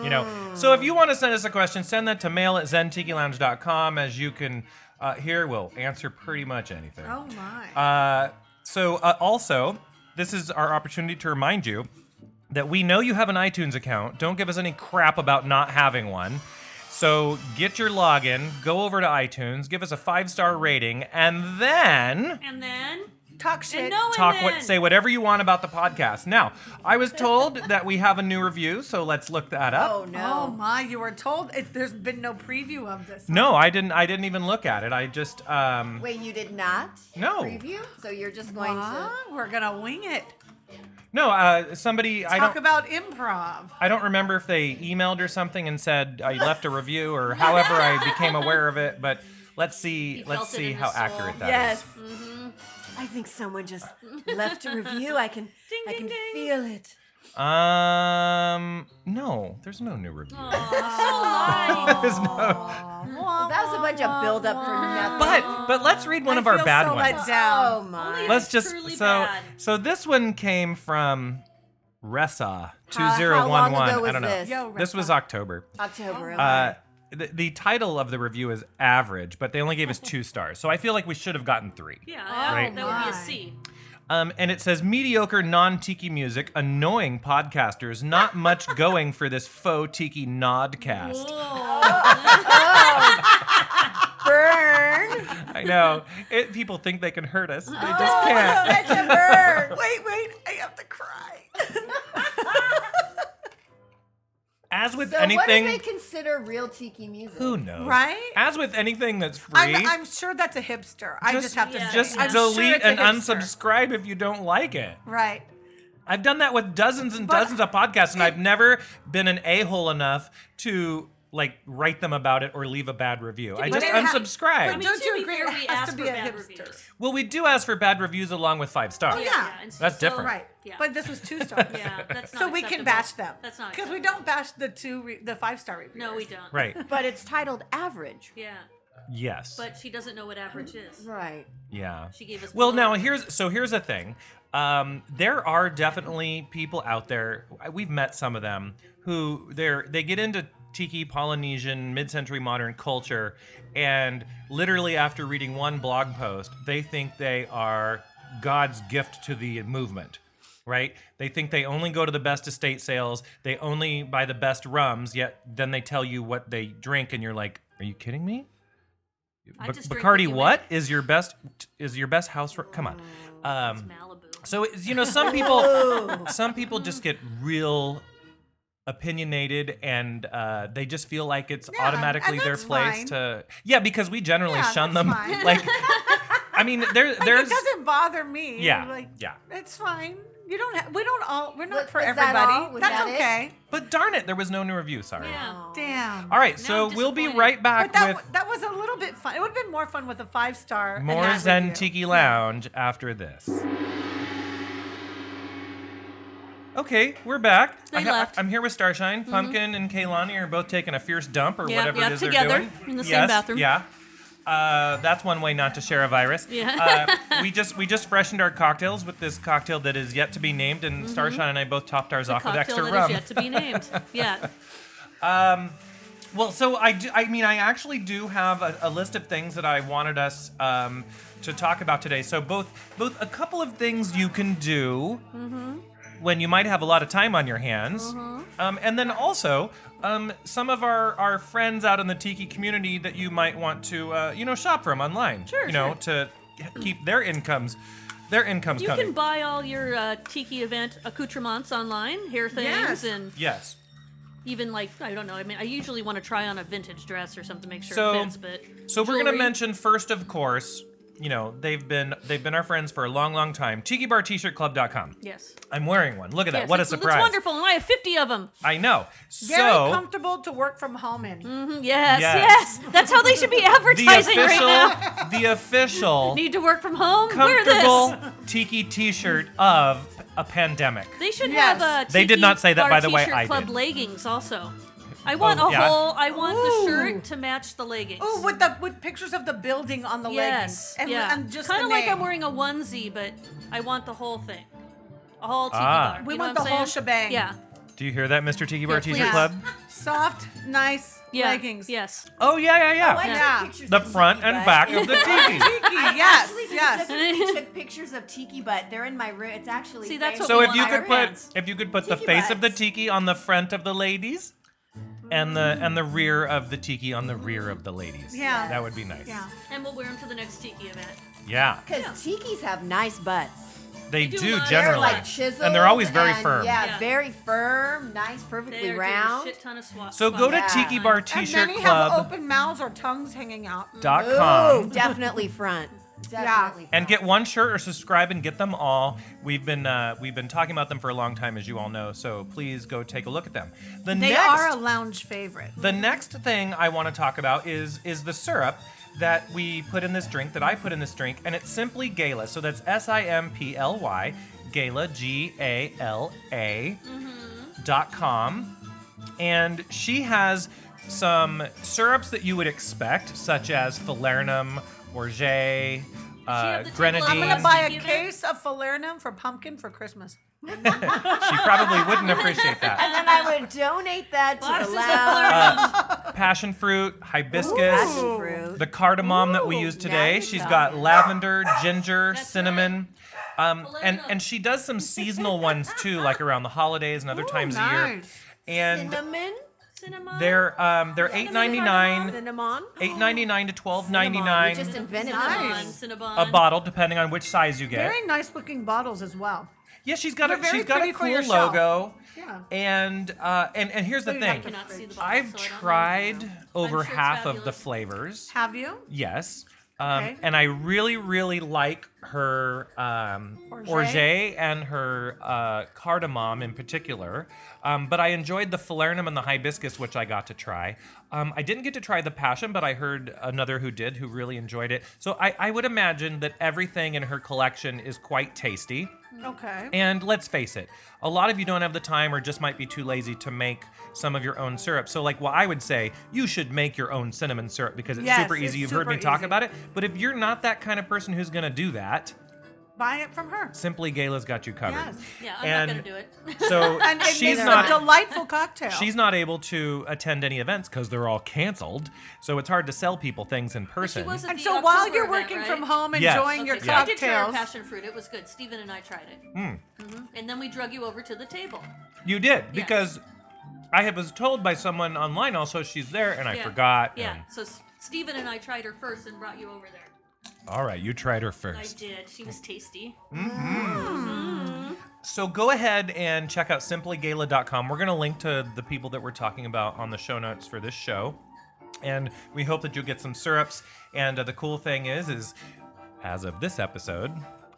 A: you know.
B: Mm.
A: So if you want to send us a question, send that to mail at zentikilounge.com. As you can uh, hear, we'll answer pretty much anything.
B: Oh my.
A: Uh, so uh, also, this is our opportunity to remind you that we know you have an iTunes account. Don't give us any crap about not having one. So get your login, go over to iTunes, give us a five star rating, and then
D: And then
B: Talk shit.
D: and no and
A: talk
D: then.
A: what say whatever you want about the podcast. Now, I was
C: (laughs)
A: told that we have a new review, so let's look that up.
C: Oh
B: Oh
C: no.
B: my, you were told it, there's been no preview of this.
A: No, I didn't. I didn't even look at it. I just um,
C: Wait, you did not?
A: No.
C: Preview? So you're just going to.
B: Huh? We're gonna wing it.
A: no. Uh, somebody I
B: Talk
A: don't.
B: about improv.
A: I don't remember if they emailed or something and said I left a review or however I became aware of it, but Let's see.
D: He
A: Let's
D: felt it
A: see
D: in
A: how
D: his soul.
A: accurate that is.
E: yes.
D: Mm-hmm.
E: I think someone just left a review. I can
D: Ding,
E: I
D: ding,
E: can
D: ding.
E: feel it.
A: Um, no, there's no new review.
D: Aw, so
A: (laughs) There's
D: nice.
A: no-
C: Well, that was a bunch of build up for nothing.
A: But but let's read one
B: I
A: of our
B: feel
A: bad
B: so
A: ones.
B: let down.
C: oh my.
D: Only-
A: Let's just
D: Truly
A: so
D: bad.
A: so this one came from Ressa two
C: How-
A: zero
C: how
A: one
C: long
A: one.
C: ago
A: I
C: was
A: don't know.
C: this?
B: Yo,
A: This was
B: Ressa.
A: October.
C: October.
A: Uh, the, the title of the review is average, but they only gave us two stars, so I feel like we should have gotten three.
D: Yeah, that,
A: Right.
D: that would be a
B: Oh my.
D: C.
A: Um, and it says mediocre non tiki music, annoying podcasters, not much going for this faux tiki nodcast.
C: Oh. (laughs)
E: Burn.
A: I know. It, people think they can hurt us. They just can't.
E: Such a
C: (laughs)
E: burn.
B: Wait, wait, I have to cry.
A: As with
C: so what do
A: anything,
C: they consider real tiki music?
A: who knows?
B: Right?
A: As with anything that's free,
B: I'm, I'm sure that's a hipster. I just have to
D: yeah,
B: say.
A: just
B: I'm sure
A: delete
B: it's a
A: and
B: hipster.
A: unsubscribe if you don't like it.
B: Right.
A: I've done that with dozens and
B: But-
A: dozens of podcasts, and I've never been an a hole enough to like write them about it or leave a bad review. I
D: be
A: just
B: fair- But it ha-
A: unsubscribe.
D: I mean,
B: Don't
D: to
B: you
D: be
B: agree
D: fair,
B: it
D: we
B: has to
D: asked
B: be
D: for
B: a
D: bad
B: hipster?
D: reviews.
A: well, we do ask for bad reviews along with five stars.
B: Oh,
D: Oh,
B: yeah.
D: and so-
A: That's
D: so-
A: different.
B: Right.
D: Yeah.
B: But this was two stars. (laughs)
D: yeah, that's not
B: So we can
D: acceptable.
B: bash them.
D: That's not
B: because we
D: acceptable.
B: don't bash the two, re- the five star reviews.
D: No, we don't. (laughs)
A: Right.
E: But it's titled average.
D: Yeah,
A: Yes.
D: but she doesn't know what average is.
E: Right.
A: yeah.
D: She gave us.
A: Well,
D: below.
A: now here's so here's a thing. Um, there are definitely people out there. We've met some of them who they're they get into tiki Polynesian mid-century modern culture, and literally after reading one blog post, they think they are God's gift to the movement. Right? They think they only go to the best estate sales. They only buy the best rums. Yet then they tell you what they drink, and you're like, "Are you kidding me?
D: I
A: Bac-
D: just drink
A: Bacardi,
D: what you
A: what is your best? Is your best house? ru- Come on.
B: Oh,
D: It's
A: Um,
D: Malibu.
A: so it's- you know, some
B: (laughs)
A: people, some people just get real opinionated, and uh, they just feel like it's
B: Yeah,
A: automatically
B: and
A: their
B: that's
A: place
B: fine.
A: to. Yeah, because we generally
B: Yeah,
A: shun
B: that's
A: them.
B: fine.
A: Like, I mean, there,
B: (laughs) Like, it
A: there's.
B: doesn't bother me.
A: Yeah,
B: Like,
A: yeah.
B: It's fine. You don't. Ha- we don't all. We're not
C: What-
B: for
C: was that
B: everybody.
C: all? Was
B: That's
C: that it?
B: okay.
A: But darn it, there was no new review. Sorry.
D: Yeah.
B: Oh. Damn.
A: All right,
D: Now
A: so
D: I'm
A: we'll be
D: disappointed.
A: right back
B: But that,
A: with
B: w- that was a little bit fun. It would have been more fun with a five star.
A: more Zen Tiki Lounge after this. Okay, we're back.
D: They
A: I ha-
D: left. Mm-hmm.
A: I'm here with Starshine. Pumpkin and Kaylani are both taking a fierce dump or
D: Yeah,
A: whatever
D: yeah,
A: it is they're
D: together
A: doing.
D: in the same
A: yes,
D: bathroom.
A: Yeah. Uh, that's one way not to share a virus.
D: Yeah.
A: uh, we just we just freshened our cocktails with this cocktail that is yet to be named, and Starshine and I both topped ours off with
D: Mm-hmm. Cocktail
A: extra
D: that is
A: rum.
D: yet to be named.
A: (laughs)
D: Yeah.
A: Well, so I, do, I mean, I actually do have a, a list of things that I wanted us um, to talk about today. So both, both a couple of things you can do when you might have a lot of time on your hands, um, and then also um, some of our, our friends out in the tiki community that you might want to, uh, you know, shop from online. Sure, you know, to keep their incomes, their incomes
D: You
A: coming.
D: can buy all your uh, tiki event accoutrements online, hair things,
B: Yes.
D: and
A: yes.
D: even like I don't know. I mean, I usually want to try on a vintage dress or something, to make sure
A: So-
D: it fits. But
A: So we're gonna
D: jewelry.
A: mention first, of course. You know, they've been they've been our friends for a long, long time. TikiBarTshirtClub.com.
D: Yes.
A: I'm wearing one. Look at that.
D: Yes,
A: what a
D: it's-
A: surprise.
D: It's wonderful, and I have 50 of them.
A: I know.
B: Very
A: So
B: comfortable to work from home in.
D: (laughs) Mm. Yes,
A: Yes.
D: yes, That's how they
A: (laughs)
D: should be
A: the
D: advertising right
A: official
D: now.
A: the official
D: (laughs) Need to work from home? Wear this.
A: comfortable tiki t-shirt of a pandemic.
D: They should
B: Yes.
D: have a
A: They did
D: tiki
A: not say that,
D: bar
A: by the way,
D: t-shirt
A: I
D: club
A: did.
D: leggings also. I want
A: Oh,
D: a
A: yeah.
D: whole. I want
B: Ooh.
D: the shirt to match the leggings.
B: Oh, with the with pictures of the building on the leggings.
D: yes,
B: And,
D: yeah.
B: and just
D: kind
B: the
D: of like
B: name.
D: I'm wearing a onesie, but I want the whole thing, a whole tiki
A: Ah.
D: bar.
B: We
D: you know
B: want
D: what I'm
B: the whole
D: saying?
B: shebang.
D: Yeah,
A: Do you hear that, Mr. Tiki Bar
D: please.
A: T-shirt Club?
B: soft, nice
D: yeah,
B: leggings.
D: Yes.
A: Oh yeah, yeah, yeah.
B: Yeah.
A: The front and back of
D: (laughs)
A: the tiki.
B: Tiki,
C: (laughs) Yes,
B: yes,
C: yes.
B: yes.
C: (laughs) took pictures of tiki butt. They're in my room. It's actually
D: See, that's
C: framed
A: So
D: we
A: if
D: want
A: you
C: on
D: our
A: could
C: my
A: put
C: room.
A: if you could put the
C: Tiki
A: face of the
C: butts.
A: tiki on the front of the ladies, and the and the rear of the tiki on the rear of the ladies.
B: Yeah.
A: that would be nice.
B: Yeah.
D: And we'll wear them to the next tiki event.
A: Yeah,
C: because tikis have nice butts.
A: they
D: do
A: do,
D: love- They're
A: generally,
C: They're like chiseled,
A: and they're always very
C: and,
A: firm.
C: Yeah,
D: Yeah.
C: very firm, nice,
D: They
C: perfectly
D: are
C: round.
D: doing a shit ton of swaps.
A: So go to
C: Yeah.
A: Tiki Bar
B: And
A: T-shirt
B: many have
A: Club
B: open mouths or tongues hanging out.
A: dot
C: Ooh,
A: com
C: (laughs) definitely front. Definitely
A: and
C: front.
A: get one shirt or subscribe and get them all. We've been uh, we've been talking about them for a long time, as you all know. So please go take a look at them. The
B: They
A: next
B: are a lounge favorite.
A: The next thing I want to talk about is is the syrup that we put in this drink, that I put in this drink, and it's simply Gala. So that's S I M P L Y, Gala, G A L A
D: Mm-hmm.
A: dot com. And she has some syrups that you would expect, such as Falernum, Orgeat, uh,
D: have the table?
B: I'm
D: I'm
A: Grenadine.
B: gonna buy a
D: Give it-
B: case of Falernum for pumpkin for Christmas.
A: she probably wouldn't appreciate that.
D: (laughs)
C: And then I would donate that to
D: Boxes
C: the
D: of
C: lounge.
D: Fleur-
A: Passion fruit, hibiscus,
E: Passion fruit.
A: the cardamom that we
C: Ooh,
A: use
C: now
A: today.
C: you
A: She's
C: know.
A: got lavender, ginger,
D: That's
A: cinnamon. Um, and,
D: Polenta.
A: and she does some seasonal ones too, like around the holidays and other times a year.
B: nice.
A: And
E: Cinnamon?
D: Cinnamon.
A: they're um, they're eight ninety nine, Uh,
E: Cinnamon?
A: eight ninety nine to twelve ninety
C: We
A: nine
C: just invented
D: Cinnabon,
B: Nice.
C: nice.
D: Cinnabon.
A: a bottle, depending on which size you get.
B: Very nice looking bottles as well.
A: Yeah, she's got
B: They're
A: a
B: very
A: she's got a
B: pretty for your
A: cool
B: shelf.
A: logo.
B: Yeah.
A: And uh, and and here's the
B: Maybe
A: thing.
B: not the
D: cannot see the bottle,
A: I've
D: so I don't know.
A: tried over
D: sure it's
A: half of the
D: fabulous.
A: flavors.
B: Have you?
A: Yes. Um,
B: Okay.
A: And I really, really like her um,
B: Orgeat?
A: orgeat and her uh, cardamom in particular. Um, but I enjoyed the falernum and the hibiscus, which I got to try. Um, I didn't get to try the passion, but I heard another who did who really enjoyed it. So I, I would imagine that everything in her collection is quite tasty.
B: Okay.
A: And let's face it, a lot of you don't have the time or just might be too lazy to make some of your own syrup. So, like, well, I would say you should make your own cinnamon syrup because it's
B: Yes,
A: super easy.
B: it's
A: You've heard me
B: super
A: talk
B: easy.
A: about it. But if you're not that kind of person who's going to do that,
B: Buy it from her.
A: simply Gala's got you covered.
B: Yes.
D: Yeah, I'm
A: and
D: not gonna do it. (laughs)
A: So
B: And it
A: she's
B: makes
A: not.
B: a delightful cocktail.
A: She's not able to attend any events because they're all canceled, so it's hard to sell people things in
D: But she
A: person.
D: was at
B: and
D: the
B: so while
D: October
B: you're
D: event,
B: working
D: right?
B: from home
A: Yes. (laughs)
B: enjoying (laughs) your
D: Okay, so I did try our
B: cocktails,
D: passion fruit. It was good. Steven and I tried it.
A: Hmm.
D: Mhm. And then we drug you over to the table.
A: You did because I had- was told by someone online also she's there, and I
D: Yeah.
A: forgot.
D: Yeah.
A: and-
D: So S- Steven and I tried her first and brought you over there.
A: all right, you tried her
D: I
A: first.
D: did. She was tasty.
A: So go ahead and check out simplygala.com. We're going to link to the people that we're talking about on the show notes for this show. And we hope that you'll get some syrups. And uh, the cool thing is is as of this episode,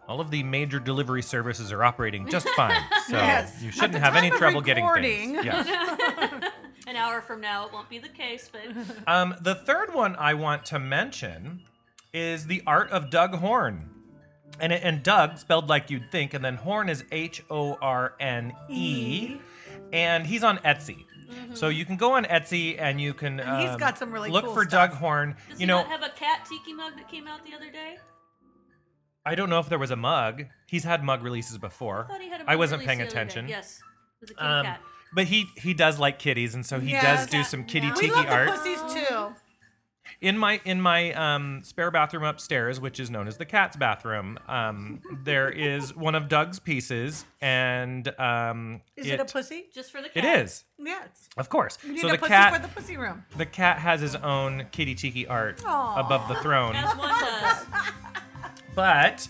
A: all of the major delivery services are operating just
B: (laughs)
A: fine. So
B: Yes.
A: you
B: At
A: shouldn't
B: the
A: have any
B: time of
A: trouble getting
B: recording.
A: things. Yeah.
D: An hour from now, it won't be the case,
B: (laughs)
D: but
A: Um, the third one I want to mention is the art of Doug Horn. And, it, and Doug, spelled like you'd think, and then Horn is H O R N E. And he's on Etsy.
D: Mm-hmm.
A: So you can go on Etsy and you can
B: And he's
A: um,
B: got some really
A: look
B: cool
A: for
B: stuff.
A: Doug Horn.
D: does
A: you
D: he
A: know,
D: not have a cat tiki mug that came out the other day?
A: I don't know if there was a mug. He's had mug releases before.
D: I thought he had a
A: I
D: mug
A: wasn't
D: release
A: paying
D: the other day.
A: attention.
D: Yes, it was a kitty
A: Um,
D: cat.
A: but he he does like kitties, and so he does
B: Yes.
A: do some kitty
B: we
A: tiki
B: love
A: art.
B: the pussies too.
A: in my in my um, spare bathroom upstairs, which is known as the cat's bathroom, um, there is one of Doug's pieces, and um,
B: Is it, a pussy?
D: Just for the
A: It
D: cat.
A: is,
B: Yes.
A: of course.
B: You need
A: So
B: a
A: the
B: pussy
A: cat
B: for the pussy room.
A: the cat has his own kitty tiki art
B: Aw.
A: above the throne,
B: (laughs)
D: As one does.
A: but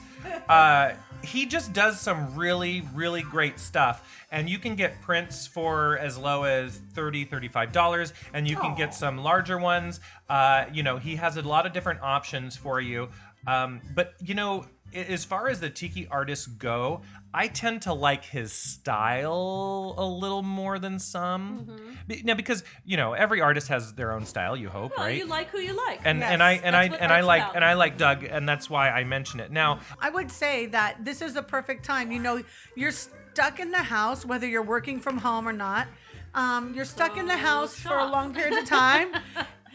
A: uh, he just does some really really great stuff. And you can get prints for as low as $30, $35, and you can
D: Oh.
B: Aw.
A: get some larger ones. Uh, you know, he has a lot of different options for you. Um, but you know, a- as far as the tiki artists go, I tend to like his style a little more than some.
D: Mm-hmm.
A: Be- Now, because you know, every artist has their own style. You hope,
D: Well,
A: right?
D: you like who you like.
A: and
B: Yes,
A: and I and I
D: that's what
A: and I
D: art's
A: like
D: about.
A: and I like Doug, and that's why I mention it now.
B: I would say that this is the perfect time. You know, you're stuck in the house, whether you're working from home or not. Um, you're stuck in the house for a
D: stop.
B: long period of time,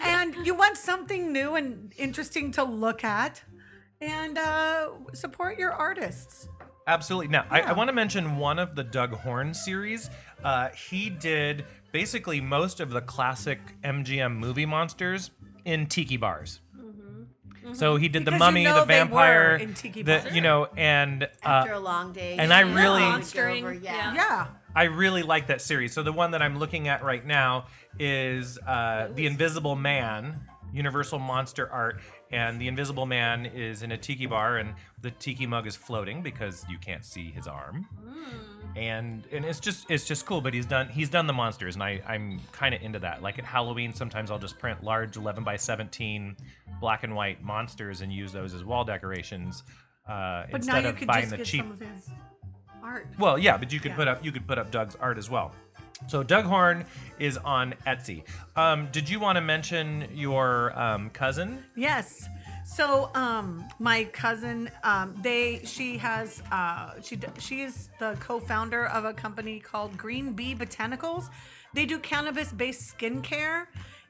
B: and you want something new and interesting to look at, and uh, support your artists.
A: Absolutely. Now, I, I want to mention one of the Doug Horn series. Uh, he did basically most of the classic MGM movie monsters in tiki bars. So he did
B: Mm-hmm. Because
A: the
B: you
A: mummy,
B: know
A: the
B: they were
A: vampire,
B: in tiki
A: the-
B: bars.
A: you know, and uh,
C: After a long day.
A: and I
C: you
A: really-
C: would go
D: Monstering,
C: over,
D: yeah.
C: Yeah.
B: Yeah.
A: I really like that series. So the one that I'm looking at right now is uh, The Invisible Man, Universal Monster Art. And the Invisible Man is in a tiki bar, and the tiki mug is floating because you can't see his arm.
B: Hmm.
A: And and it's just it's just cool. But he's done he's done the monsters, and I I'm kind of into that. Like at Halloween, sometimes I'll just print large 11 by 17 black and white monsters and use those as wall decorations uh,
B: But
A: instead
B: now you
A: of
B: could
A: buying
B: just
A: the
B: get
A: cheap
B: some of his art.
A: well, yeah, but you could
B: Yeah.
A: put up you could put up Doug's art as well. So Doug Horn is on Etsy. Um, did you want to mention your um, cousin?
B: Yes. So um, my cousin, um, they she has uh, she d- she is the co-founder of a company called Green Bee Botanicals. They do cannabis-based skincare,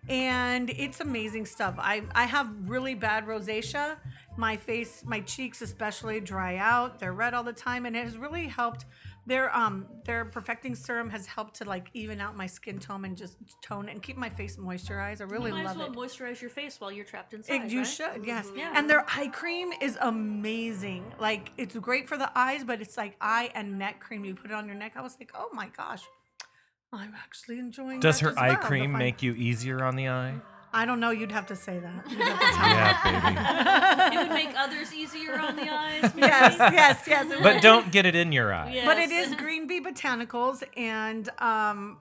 B: and it's amazing stuff. I I have really bad rosacea. My face, my cheeks especially dry out. They're red all the time, and it has really helped. Their um their perfecting serum has helped to like even out my skin tone and just tone and keep my face moisturized. I really
D: You might
B: love
D: as well
B: it.
D: moisturize your face while you're trapped inside.
B: It, you
D: right?
B: should, yes.
D: Yeah.
B: And their eye cream is amazing. Like it's great for the eyes, but it's like eye and neck cream. You put it on your neck. I was like, oh my gosh, I'm actually enjoying.
A: Does
B: that
A: her
B: as
A: eye
B: well, the
A: cream
B: fine-
A: make you easier on the eye?
B: I don't know. You'd have to say
A: (laughs)
B: that. You'd have to tell me.
A: Yeah, baby.
D: It would make others easier
B: (laughs)
D: on the eyes. maybe.
B: yes, yes, yes. it
A: But don't get it in your eye.
D: Yeah.
B: But it
D: Yes. (laughs)
B: is Green Bee Botanicals, and um,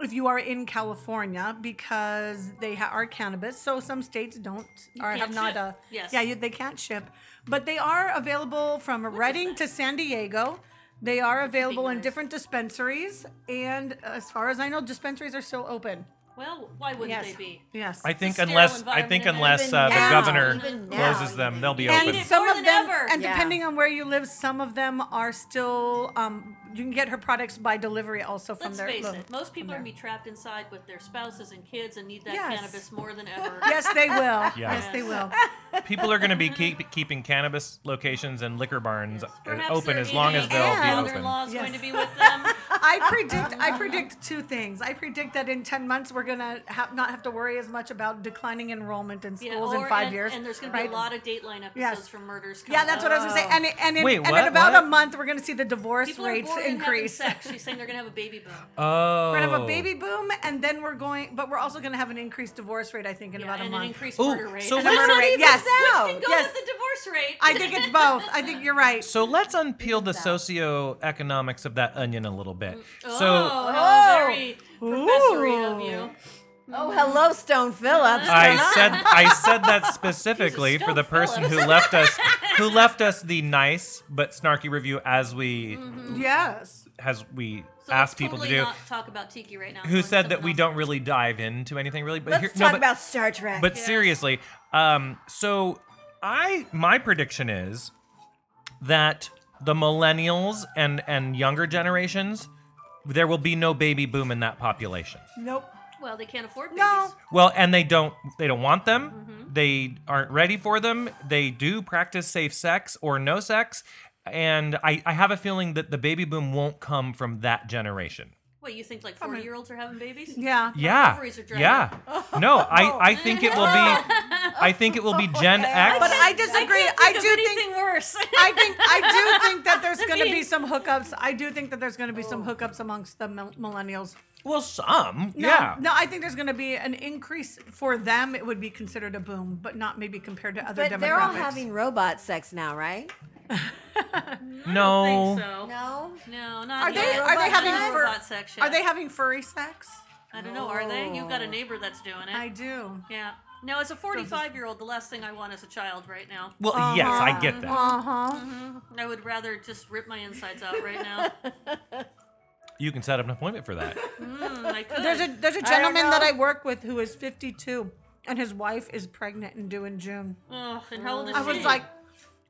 B: if you are in California, because they ha- are cannabis, so some states don't or
D: can't
B: have not
D: ship.
B: a
D: Yes.
B: yeah you, they can't ship, but they are available from Reading to San Diego. They are available in
D: nice.
B: different dispensaries, and as far as I know, dispensaries are still open.
D: Well, why wouldn't
B: Yes,
D: they be?
B: yes.
A: I think
D: sterile
A: unless I think
D: environment
A: unless
D: and
A: uh,
D: even
A: the
C: now-
A: governor
C: even now
A: closes
C: you
A: them,
C: need
A: they'll be
D: it.
A: open.
D: need
B: (laughs)
D: it
B: some
D: more
B: of
D: than
B: them,
D: ever.
B: and
C: Yeah.
B: depending on where you live, some of them are still. Um, you can get her products by delivery also from
D: Let's
B: their.
D: face
B: lo-
D: it, most people are
B: there.
D: gonna be trapped inside with their spouses and kids and need that
B: Yes.
D: cannabis more than ever.
B: Yes, they
D: (laughs)
B: will. Yes, they
D: Yes.
A: (laughs)
B: will.
A: People are going to be keep, keeping cannabis locations and liquor barns uh,
D: Perhaps
A: open
D: their
A: as long as
D: ED
A: they'll be
B: And-
A: open.
D: father-in-law is
B: Yes.
D: going to be with them.
B: I predict. I predict two things. I predict that in ten months we're gonna ha- not have to worry as much about declining enrollment in schools in
D: or-
B: five
D: and,
B: years.
D: And there's going to
B: right?
D: be a lot of Dateline episodes
B: Yes.
D: from murders. Coming
B: Yeah, that's what I was gonna say. And it- and in,
A: Wait,
B: and in
A: what?
B: about
A: What?
B: a month we're gonna see the divorce
D: People
B: rates
D: are born and having
B: increase.
D: sex. She's saying they're going to have a baby boom.
A: Oh.
B: (laughs) We're gonna have a baby boom, and then we're going, but we're also gonna have an increased divorce rate. I think in
D: Yeah,
B: about a
D: and an
B: month.
D: increased
A: Ooh,
D: murder rate.
A: so
D: And
B: The
A: let's-
D: a
A: That's
B: murder
A: not
B: rate,
A: even
B: yes,
D: murder- Go
B: yes.
D: with the divorce rate.
B: I think it's both. I think you're right.
D: (laughs)
A: So let's unpeel the socioeconomics of that onion a little bit.
D: oh,
A: So
D: how very professory of you.
C: Oh, hello, Stone Phillips.
A: (laughs) I said I said that specifically for the
D: Stone
A: person who left us who left us the nice but snarky review as we
B: Mm-hmm. Yes.
A: as we
D: So
A: asked
D: let's
A: people
D: totally
A: to do.
D: Not talk about Tiki right now.
A: who
D: Let's
A: said that we
D: something
A: don't really dive into anything really? But
E: Let's
A: here-
E: talk
A: no, but-
E: about Star Trek.
A: But seriously, um, so I my prediction is that the millennials and and younger generations, there will be no baby boom in that population.
B: Nope.
D: else. Well, they can't afford babies.
B: No.
A: Well, and they don't they don't want them. They aren't ready for them. They do practice safe sex or no sex. And I, I have a feeling that the baby boom won't come from that generation.
D: What you think? Like forty-year-olds are having babies?
B: Yeah.
A: Yeah.
D: ovaries Oh, are dry.
A: Yeah. No, I, I think it will be I think it will be Gen X.
B: But I disagree. I,
D: think of
B: do think
D: anything worse.
B: I think I do think that there's going to be
D: mean-
B: some hookups. I do think that there's going to be some hookups amongst the mil- millennials.
A: Well, some.
B: No,
A: yeah.
B: No, I think there's going to be an increase for them. It would be considered a boom, but not maybe compared to other
C: But
B: demographics.
C: they're all having robot sex now, right?
D: I
A: no.
D: don't think so.
C: No.
D: No, not
B: Are
D: yet.
B: they are they
C: Robot
B: having
C: sex?
B: fur,
D: Robot sex,
B: Are
D: yeah.
B: they having furry sex?
D: I don't know. Are they? You've got a neighbor that's doing it.
B: I do.
D: yeah. No, as a 45 year old, the last thing I want is a child right now.
A: Well, yes, I get that.
B: Uh-huh.
D: I would rather just rip my insides out
B: (laughs)
D: right now.
A: You can set up an appointment for that.
D: Mm, I could.
B: There's a there's a gentleman
C: know.
B: that I work with who is 52 and his wife is pregnant and due in June.
D: Ugh, and how old is
B: I
D: she?
B: was like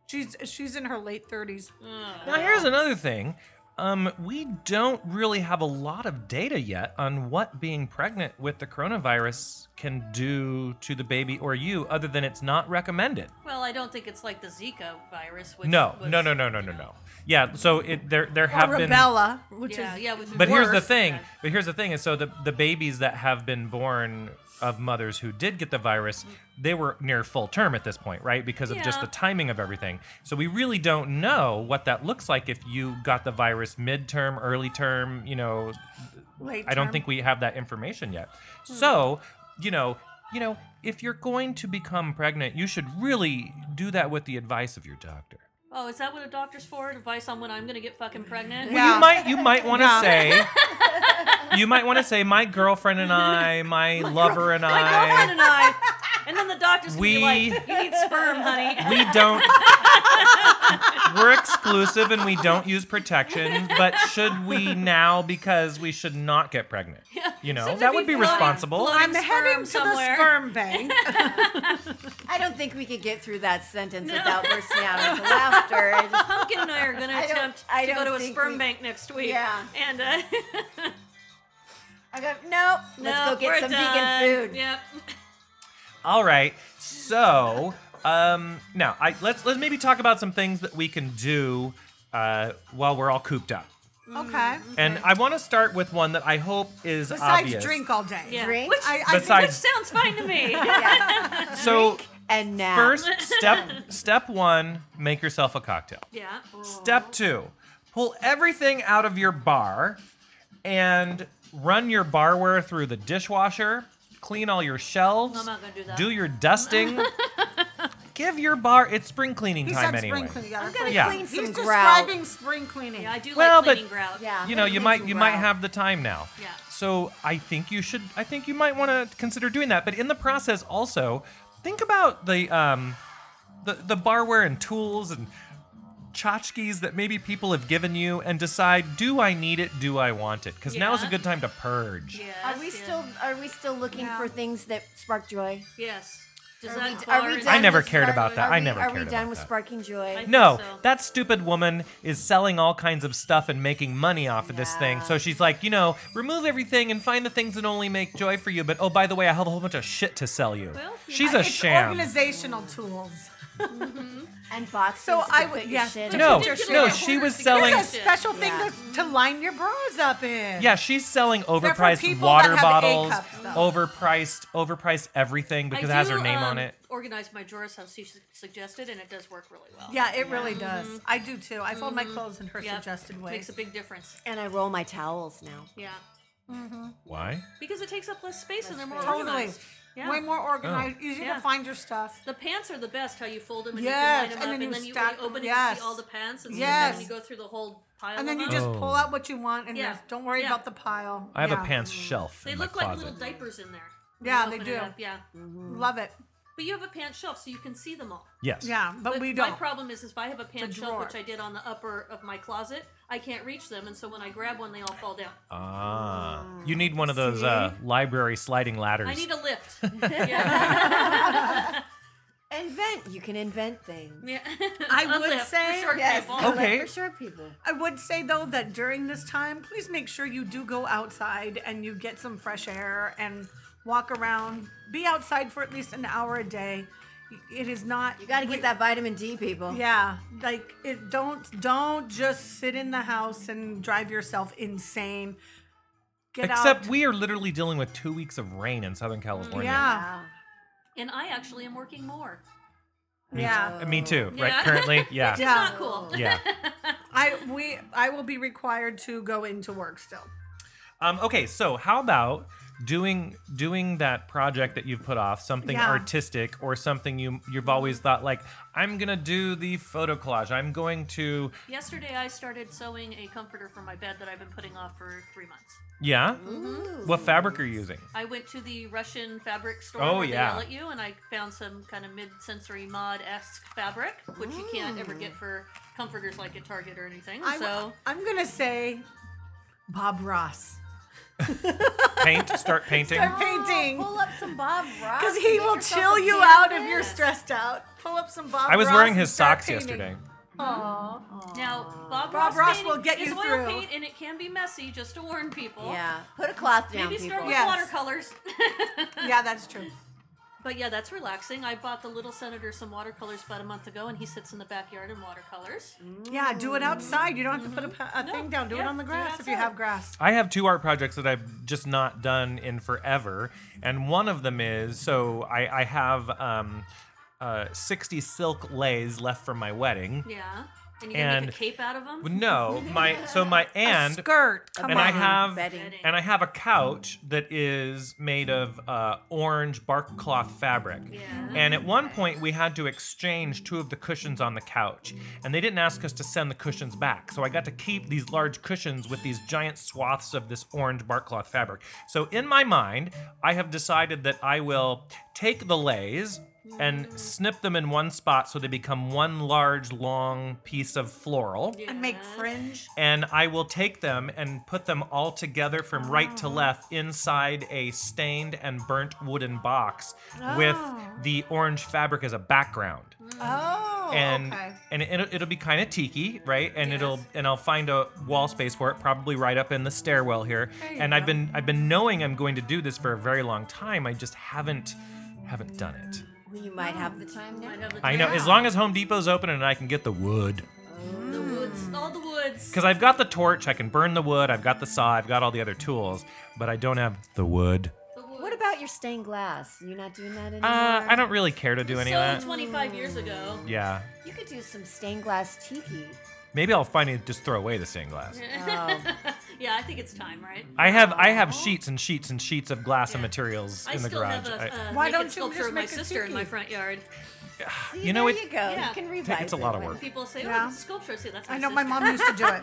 B: she's she's in her late 30s.
D: Ugh.
A: now, here's another thing. Um, we don't really have a lot of data yet on what being pregnant with the coronavirus can do to the baby or you, other than it's not recommended.
D: Well, I don't think it's like the Zika virus. Which
A: No,
D: was,
A: no, no, no, no, no, no. Yeah, so it, there there
B: Or
A: have been
B: rubella, which
D: Yeah,
B: is
D: yeah. Which is
A: (laughs) But here's the
D: worse.
A: thing.
D: Yeah.
A: But here's the thing is so the, the babies that have been born of mothers who did get the virus, they were near full term at this point, right? Because of just
D: Yeah.
A: the timing of everything. So we really don't know what that looks like if you got the virus midterm, early term, you know,
B: late
A: I don't
B: term.
A: think we have that information yet.
D: Hmm.
A: So, you know, you know, if you're going to become pregnant, you should really do that with the advice of your doctor.
D: Oh, is that what a doctor's for? Advice on when I'm gonna get fucking pregnant?
B: Yeah.
A: you might you might want to
B: Yeah.
A: say you might want to say my girlfriend and I, my, lover and
D: My girlfriend
A: I,
D: and I.
A: (laughs)
D: And then the doctor's gonna
A: We- (laughs)
D: be like, "You need sperm, honey."
A: we don't we're exclusive and we don't use protection, but should we now because we should not get pregnant? You know,
D: should
A: that
D: we
A: would be
D: float-
A: responsible.
D: float-
B: I'm
D: Sperm
B: heading to the
D: somewhere. (laughs)
B: sperm bank.
C: I don't think we could get through that sentence without bursting out
D: (laughs)
C: into laughter. I just-
D: Pumpkin and I are going to
C: (laughs) I don't-
D: attempt
C: I
D: to go
C: don't
D: to a
C: think
D: sperm
C: we-
D: bank next week.
C: Yeah.
D: And uh,
C: I go, nope.
D: (laughs)
C: (laughs) Let's
D: no,
C: go get
D: we're
C: some
D: done.
C: vegan food.
A: (laughs)
D: Yep.
A: All right. So, um, now I let's let's maybe talk about some things that we can do uh, while we're all cooped up.
B: okay.
D: Mm,
A: And I want to start with one that I hope is
B: Besides
A: obvious.
B: drink all day.
D: Yeah.
C: Drink.
D: Which,
B: I, I
D: which
A: Besides,
D: sounds fine to me.
C: (laughs) Yeah.
A: so
C: and now.
A: first step step one, make yourself a cocktail.
D: (laughs) yeah.
A: Step two, pull everything out of your bar and run your barware through the dishwasher. Clean all your shelves.
D: I'm not gonna do that.
A: your
D: (laughs)
A: dusting. Give your bar it's spring cleaning
B: He
A: time
B: said
A: anyway.
B: spring cleaning. Yeah, that's
C: gonna
B: what
A: Yeah.
B: he-
A: clean
B: He's
C: some grout.
B: describing spring cleaning.
D: Yeah, I do
A: Well,
D: like
A: but-
D: cleaning grout.
C: Yeah.
A: You know, you
C: Clean
A: might
C: some
A: you might
C: grout.
A: have the time now.
D: Yeah.
A: So I think you should. I think you might want to consider doing that. But in the process, also think about the um, the the barware and tools and tchotchkes that maybe people have given you, and decide: Do I need it? Do I want it? Because now is a
D: Yeah.
A: good time to purge.
D: Yes,
C: Are we
D: yeah.
C: still are we still looking
B: Yeah.
C: for things that spark joy?
D: Yes. Does
C: Are
D: that
C: we, are we
D: bar-
C: done
A: I never
C: with
A: cared
C: spark-
A: about that.
C: Are
A: I
C: we-
A: never
C: Are
A: cared
C: we done
A: about
C: with
A: that.
C: sparking joy?
D: I-
A: No,
D: think so.
A: that stupid woman is selling all kinds of stuff and making money off of this thing.
C: Yeah.
A: So she's like, you know, remove everything and find the things that only make joy for you. But oh, by the way, I have a whole bunch of shit to sell you.
D: Well, yeah.
A: she's a
B: it's
A: sham.
B: Organizational tools.
C: And boxes.
B: So
C: to
B: I
C: put
B: would-
C: your
B: yes,
C: shit
B: put
C: in.
A: no,
B: Put your shit
A: no,
B: in
A: she
D: order
A: was
D: to get
A: selling.
D: Selling-
B: There's a special thing
C: Yeah.
B: that's to line your bras up in.
A: Yeah, she's selling
B: for
A: overpriced
B: people
A: water
B: that have A
A: bottles,
B: cups, though.
A: overpriced, overpriced everything because it
D: I
A: has
D: do,
A: her name
D: um,
A: on it.
D: Organize my drawers how she su- suggested, and it does work really well.
B: Yeah, it really does. I do too. I fold my clothes in her
D: Mm-hmm. Yep.
B: suggested
D: Makes
B: ways.
D: a big difference.
C: And I roll my towels now.
D: Yeah.
A: Why?
D: Because it takes up less space and they're more
B: Totally.
D: organized. Yeah. Oh.
B: Way more organized. Easy
D: Yeah.
B: to find your stuff.
D: The pants are the best. How you fold them and
B: Yes,
D: you can
B: and
D: line
B: then
D: them
B: you
D: up, and then you, when
B: stack
D: you open
B: them.
D: it, and
B: Yes.
D: you see all the pants, and
B: Yes.
D: then you go through the whole pile.
B: And
D: of
B: then you
D: them.
B: just
A: Oh.
B: pull out what you want and
D: Yeah.
B: there's- don't worry
D: Yeah.
B: about the pile.
A: I have
B: Yeah.
A: a pants shelf.
D: They
A: in
D: look
A: my
D: like
A: closet.
D: little diapers in there. when
B: Yeah,
D: you
B: they
D: open it
B: do.
D: up, Yeah.
B: Love it.
D: But you have a pant shelf, so you can see them all.
A: Yes.
B: Yeah, but, we don't.
D: My problem is, is if I have a pant shelf,
B: drawer.
D: which I did on the upper of my closet, I can't reach them, and so when I grab one, they all fall down.
A: Ah, you need one of those uh, library sliding ladders.
D: I need a
B: (laughs)
D: lift. yeah.
C: Invent. You can invent things.
D: (laughs) Yeah.
B: I
D: A
B: would
D: lift for
B: say-
D: short
C: Yes.
D: people.
A: Oh. Okay.
C: For sure, people.
B: I would say though that during this time, please make sure you do go outside and you get some fresh air and walk around. Be outside for at least an hour a day. It is not
C: You got to get that vitamin D, people.
B: yeah, like it don't don't just sit in the house and drive yourself insane. Get
A: Except
B: out.
A: we are literally dealing with two weeks of rain in Southern
D: Mm.
A: California.
B: yeah.
C: Wow.
D: And I actually am working more.
B: Yeah.
A: Uh, Me too.
D: Yeah.
A: Right. Currently. Yeah.
D: It's
B: Yeah. Oh.
D: not cool.
A: Yeah.
B: I we I will be required to go into work still.
A: Um, okay. So how about doing doing that project that you've put off, something
B: Yeah.
A: artistic or something you you've always thought like I'm gonna do the photo collage. I'm going to
D: Yesterday, I started sewing a comforter for my bed that I've been putting off for three months.
A: yeah. What fabric are you using?
D: I went to the Russian fabric store
A: Oh,
D: where
A: yeah.
D: they yell at you, and I found some kind of mid-sensory mod-esque fabric, which you can't ever get for comforters like at Target or anything.
B: Mm. I,
D: so
B: I'm gonna say Bob Ross.
A: Paint. Start painting.
B: Start painting.
C: Oh, Pull up some Bob
B: (laughs)
C: Ross.
B: Because
C: and
B: he
C: get
B: will
C: yourself
B: chill
C: a
B: you
C: piano.
B: out if you're stressed out. Pull up some Bob.
A: I was
B: Ross
A: wearing
B: and
A: his
B: start
A: socks
B: painting.
A: yesterday.
D: now Bob,
B: Bob Ross
D: Ross painting
B: will get
D: is
B: you
D: oil
B: through.
D: paint, and it can be messy. Just to warn people.
C: Yeah. Put a cloth down,
D: Maybe
C: people.
D: start with
B: Yes.
D: watercolors. (laughs)
B: Yeah, that's true.
D: But yeah, that's relaxing. I bought the little senator some watercolors about a month ago, and he sits in the backyard in watercolors.
B: Yeah, do it outside. You don't have to put a, pa- a thing down. Do it
D: yeah,
B: on the
D: do it
B: grass if you
D: outside.
B: have grass.
A: I have two art projects that I've just not done in forever, and one of them is so I, I have um, uh, sixty silk lays left from my wedding.
D: Yeah, and you can
A: And-
D: make a cape out of them.
A: No, my so my
B: a
A: and
B: skirt. Come
A: and
B: on.
A: I have
C: Bedding.
A: and I have a couch that is made of uh, orange bark cloth fabric. And at one point, we had to exchange two of the cushions on the couch, and they didn't ask us to send the cushions back. So I got to keep these large cushions with these giant swaths of this orange bark cloth fabric. So in my mind, I have decided that I will take the lays. and snip them in one spot so they become one large long piece of floral.
B: and make
D: Yeah.
B: fringe.
A: And I will take them and put them all together from right
B: Oh.
A: to left inside a stained and burnt wooden box with
B: Oh.
A: the orange fabric as a background
B: Oh,
A: and
B: okay.
A: and it'll, it'll be kind of tiki, right? And
D: Yes.
A: it'll and I'll find a wall space for it, probably right up in the stairwell here.
B: you
A: And I've
B: go.
A: been I've been knowing I'm going to do this for a very long time. I just haven't haven't done it.
C: Well, you might have the time now.
D: Might have the
A: I know as
D: time.
A: long as Home Depot's open and I can get the wood,
D: the woods, all the woods.
A: because I've got the torch, I can burn the wood, I've got the saw, I've got all the other tools, but I don't have the wood.
C: What about your stained glass? You not doing that anymore?
A: Uh, I don't really care to do any
D: so
A: of that.
D: 25 years ago.
A: Yeah,
C: You could do some stained glass
D: (laughs)
C: tiki. Um,
A: maybe I'll finally just throw away the stained glass.
D: (laughs) yeah, I think it's time, right?
A: I have I have sheets and sheets and sheets of glass and
D: Yeah.
A: materials
D: I
A: in the
D: still
A: garage.
D: have
A: I-
D: a, uh, a
B: Why
D: naked
B: don't you
D: sculpture
B: just
D: of my
B: make a
D: sister in
B: tiki?
D: my front yard.
A: you know
C: there
A: it-
C: you go.
D: yeah.
C: You can
D: It's
C: revise.
A: a lot
C: it
A: of
C: when-
A: work.
D: People say,
B: Yeah.
D: "Oh, it's a sculpture." I say, "That's my
B: I know my
D: sister."
B: mom used to do it.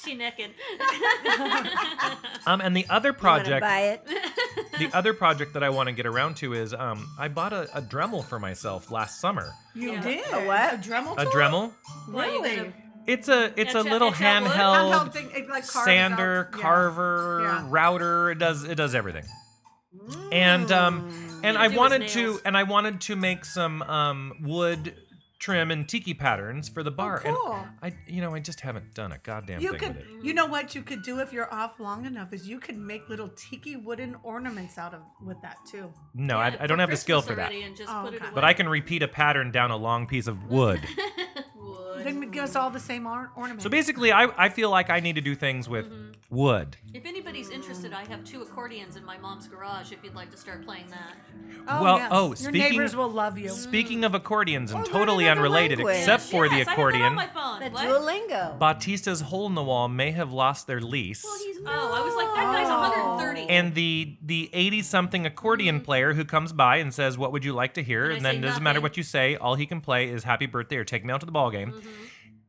D: (laughs) she
B: (laughs)
D: naked. (laughs)
A: Um, and the other
E: You wanna
A: project,
E: Buy
D: (laughs)
E: it.
A: the other project that I want to get around to is, um, I bought a, a Dremel for myself last summer.
B: You
D: Yeah.
B: did
E: A what?
B: A Dremel
A: A
B: tool?
A: Dremel?
D: Why you
B: Really?
D: gotta-
A: It's a it's a
D: Etch a-
A: little
D: etch out wood?
B: Handheld
A: handheld
B: thing, it, like, carves out-
A: sander,
B: yeah.
A: carver,
B: Yeah.
A: router. It does it does everything. And um, and
D: Yeah,
A: I
D: do his
A: wanted to
D: nails.
A: and I wanted to make some um wood trim and tiki patterns for the bar.
B: cool.
A: And I you know I just haven't done a goddamn
B: You
A: thing
B: could,
A: with it.
B: you know what you could do if you're off long enough is you could make little tiki wooden ornaments out of with that too.
A: No,
D: Yeah,
A: I, I don't
D: for
A: have the skill
D: Christmas
A: for that.
D: already and just
B: Oh,
D: put it
B: okay.
D: away.
A: But I can repeat a pattern down a long piece of wood.
D: Wood.
B: Then give us all the same or- ornament.
A: So basically, I, I feel like I need to do things with wood.
D: If anybody's interested, I have two accordions in my mom's garage. If you'd like to start playing that,
B: oh,
A: well,
B: yes.
A: oh,
B: your
A: speaking-
B: neighbors will love you.
A: Speaking of accordions and
E: Or learn
A: totally
E: another
A: unrelated,
E: language.
A: except for
D: Yes,
A: the
D: I have
A: accordion,
D: that on my
C: The
D: phone. What?
C: Duolingo.
A: Batista's hole in the wall may have lost their lease.
D: Well, he's- oh, I was like that guy's 130.
A: and the the 80 something accordion player who comes by and says what would you like to hear
D: And Mm-hmm. I
A: and then
D: say
A: doesn't matter
D: nothing.
A: what you say all he can play is happy birthday or take me out to the ball game
D: Mm-hmm.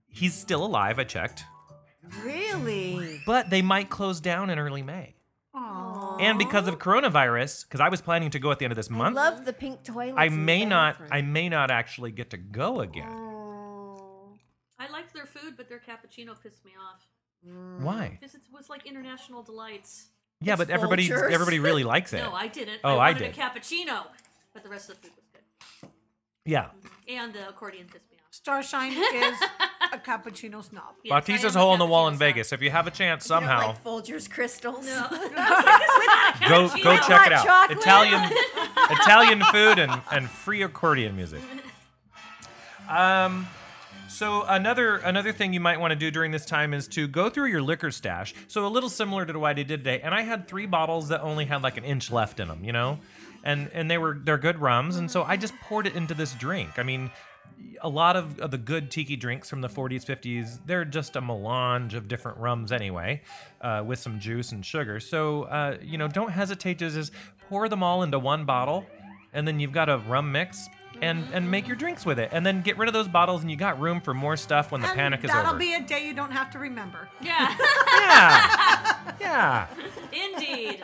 A: he's still alive i checked
E: Really?
A: but they might close down in early may
B: Aw.
A: and because
D: Oh.
A: of coronavirus because i was planning to go at the end of this month
C: Love the pink toilet.
A: I may not. I may not actually get to go again.
D: Oh. I liked their food, but their cappuccino pissed me off
A: Why?
D: because it was like international delights.
A: Yeah, but everybody,
E: vultures.
A: everybody
D: (laughs)
A: really likes it.
D: No, I didn't.
A: Oh, I
D: I wanted
A: did.
D: a cappuccino, but the rest of the food was good.
A: yeah.
D: And the accordion pissed me off.
B: Starshine is a cappuccino snob.
D: Yes, I
A: Batista's
D: am a
A: hole in the wall
D: cappuccino
A: in
D: snob. (laughs)
A: Vegas. If you have a chance, somehow
E: Like Folgers crystals.
C: (laughs)
A: go
D: (laughs)
A: go
E: cappuccino.
A: check it
E: Hot
A: out.
E: chocolate.
A: Italian Italian food and and free accordion music. Um. So another another thing you might want to do during this time is to go through your liquor stash. So a little similar to what I did today, and I had three bottles that only had like an inch left in them, you know, and and they were they're good rums, and so I just poured it into this drink. I mean, a lot of, of the good tiki drinks from the 40s, 50s, they're just a melange of different rums anyway, uh, with some juice and sugar. So uh, you know, don't hesitate to just pour them all into one bottle, and then you've got a rum mix. And, and make your drinks with it, and then get rid of those bottles, and you got room for more stuff when the
B: and
A: panic is
B: that'll
A: over.
B: be a day you don't have to remember.
D: Yeah,
A: yeah, (laughs) yeah.
D: indeed.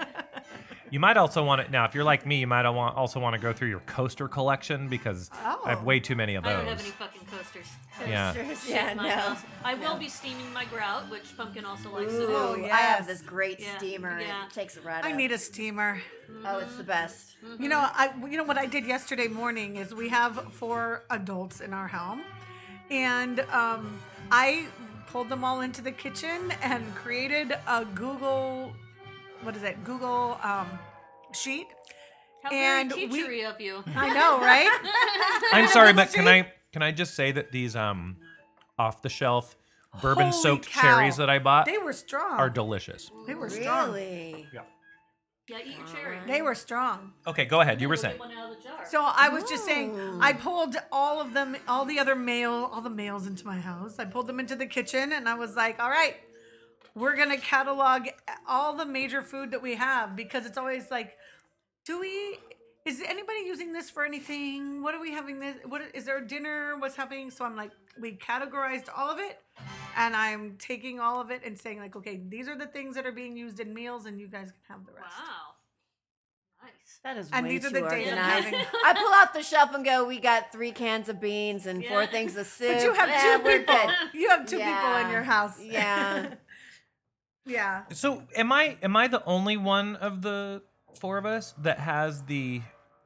A: You might also want it now. If you're like me, you might al- want- also want to go through your coaster collection because I have
B: Oh.
A: way too many of
D: I
A: those.
D: don't have any fucking
B: (laughs)
D: coasters.
A: yeah.
E: yeah,
D: in my house. I will be steaming my grout, which Pumpkin also likes to do.
E: Ooh,
B: Oh,
E: I have
B: yes.
E: this great
D: Yeah,
E: steamer.
D: yeah.
E: It takes it right
B: I
E: up.
B: need a steamer.
E: Oh, it's the best.
D: Mm-hmm.
B: You know, I you know what I did yesterday morning is we have four adults in our home, and um, I pulled them all into the kitchen and created a Google, what is it? Google um, sheet.
D: How
B: And
D: very
B: we-
D: teachery
B: (laughs)
D: of you.
B: I know, right?
A: I'm sorry, but can I can I just say that these um off the shelf bourbon soaked
B: Holy cow.
A: cherries that I bought
B: They were strong.
A: are delicious.
B: they were strong.
E: Really?
D: Yeah, eat your cherry.
B: They were strong.
A: Okay, go ahead. You were
D: We'll
A: saying.
D: get one out of the jar.
B: So I was just saying, I pulled all of them, all the other mail, all the mails into my house. I pulled them into the kitchen and I was like, all right, we're going to catalog all the major food that we have because it's always like, do we, is anybody using this for anything? What are we having this? What is there a dinner? What's happening? So I'm like, we categorized all of it and I'm taking all of it and saying like, okay, these are the things that are being used in meals and you guys can have the rest.
D: wow. Nice. guys.
E: That is
B: And
E: way
B: these
E: too
B: are the days
D: of
E: organized.
D: having-
C: I pull out the shelf and go, "We got three cans of beans and four
D: Yeah.
C: things of soup."
B: But you have
C: Eh,
B: two
C: we're
B: people.
C: good."
B: You have two people
C: Yeah.
B: in your house.
C: Yeah.
B: (laughs) yeah.
A: So am I am I the only one of the four of us that has the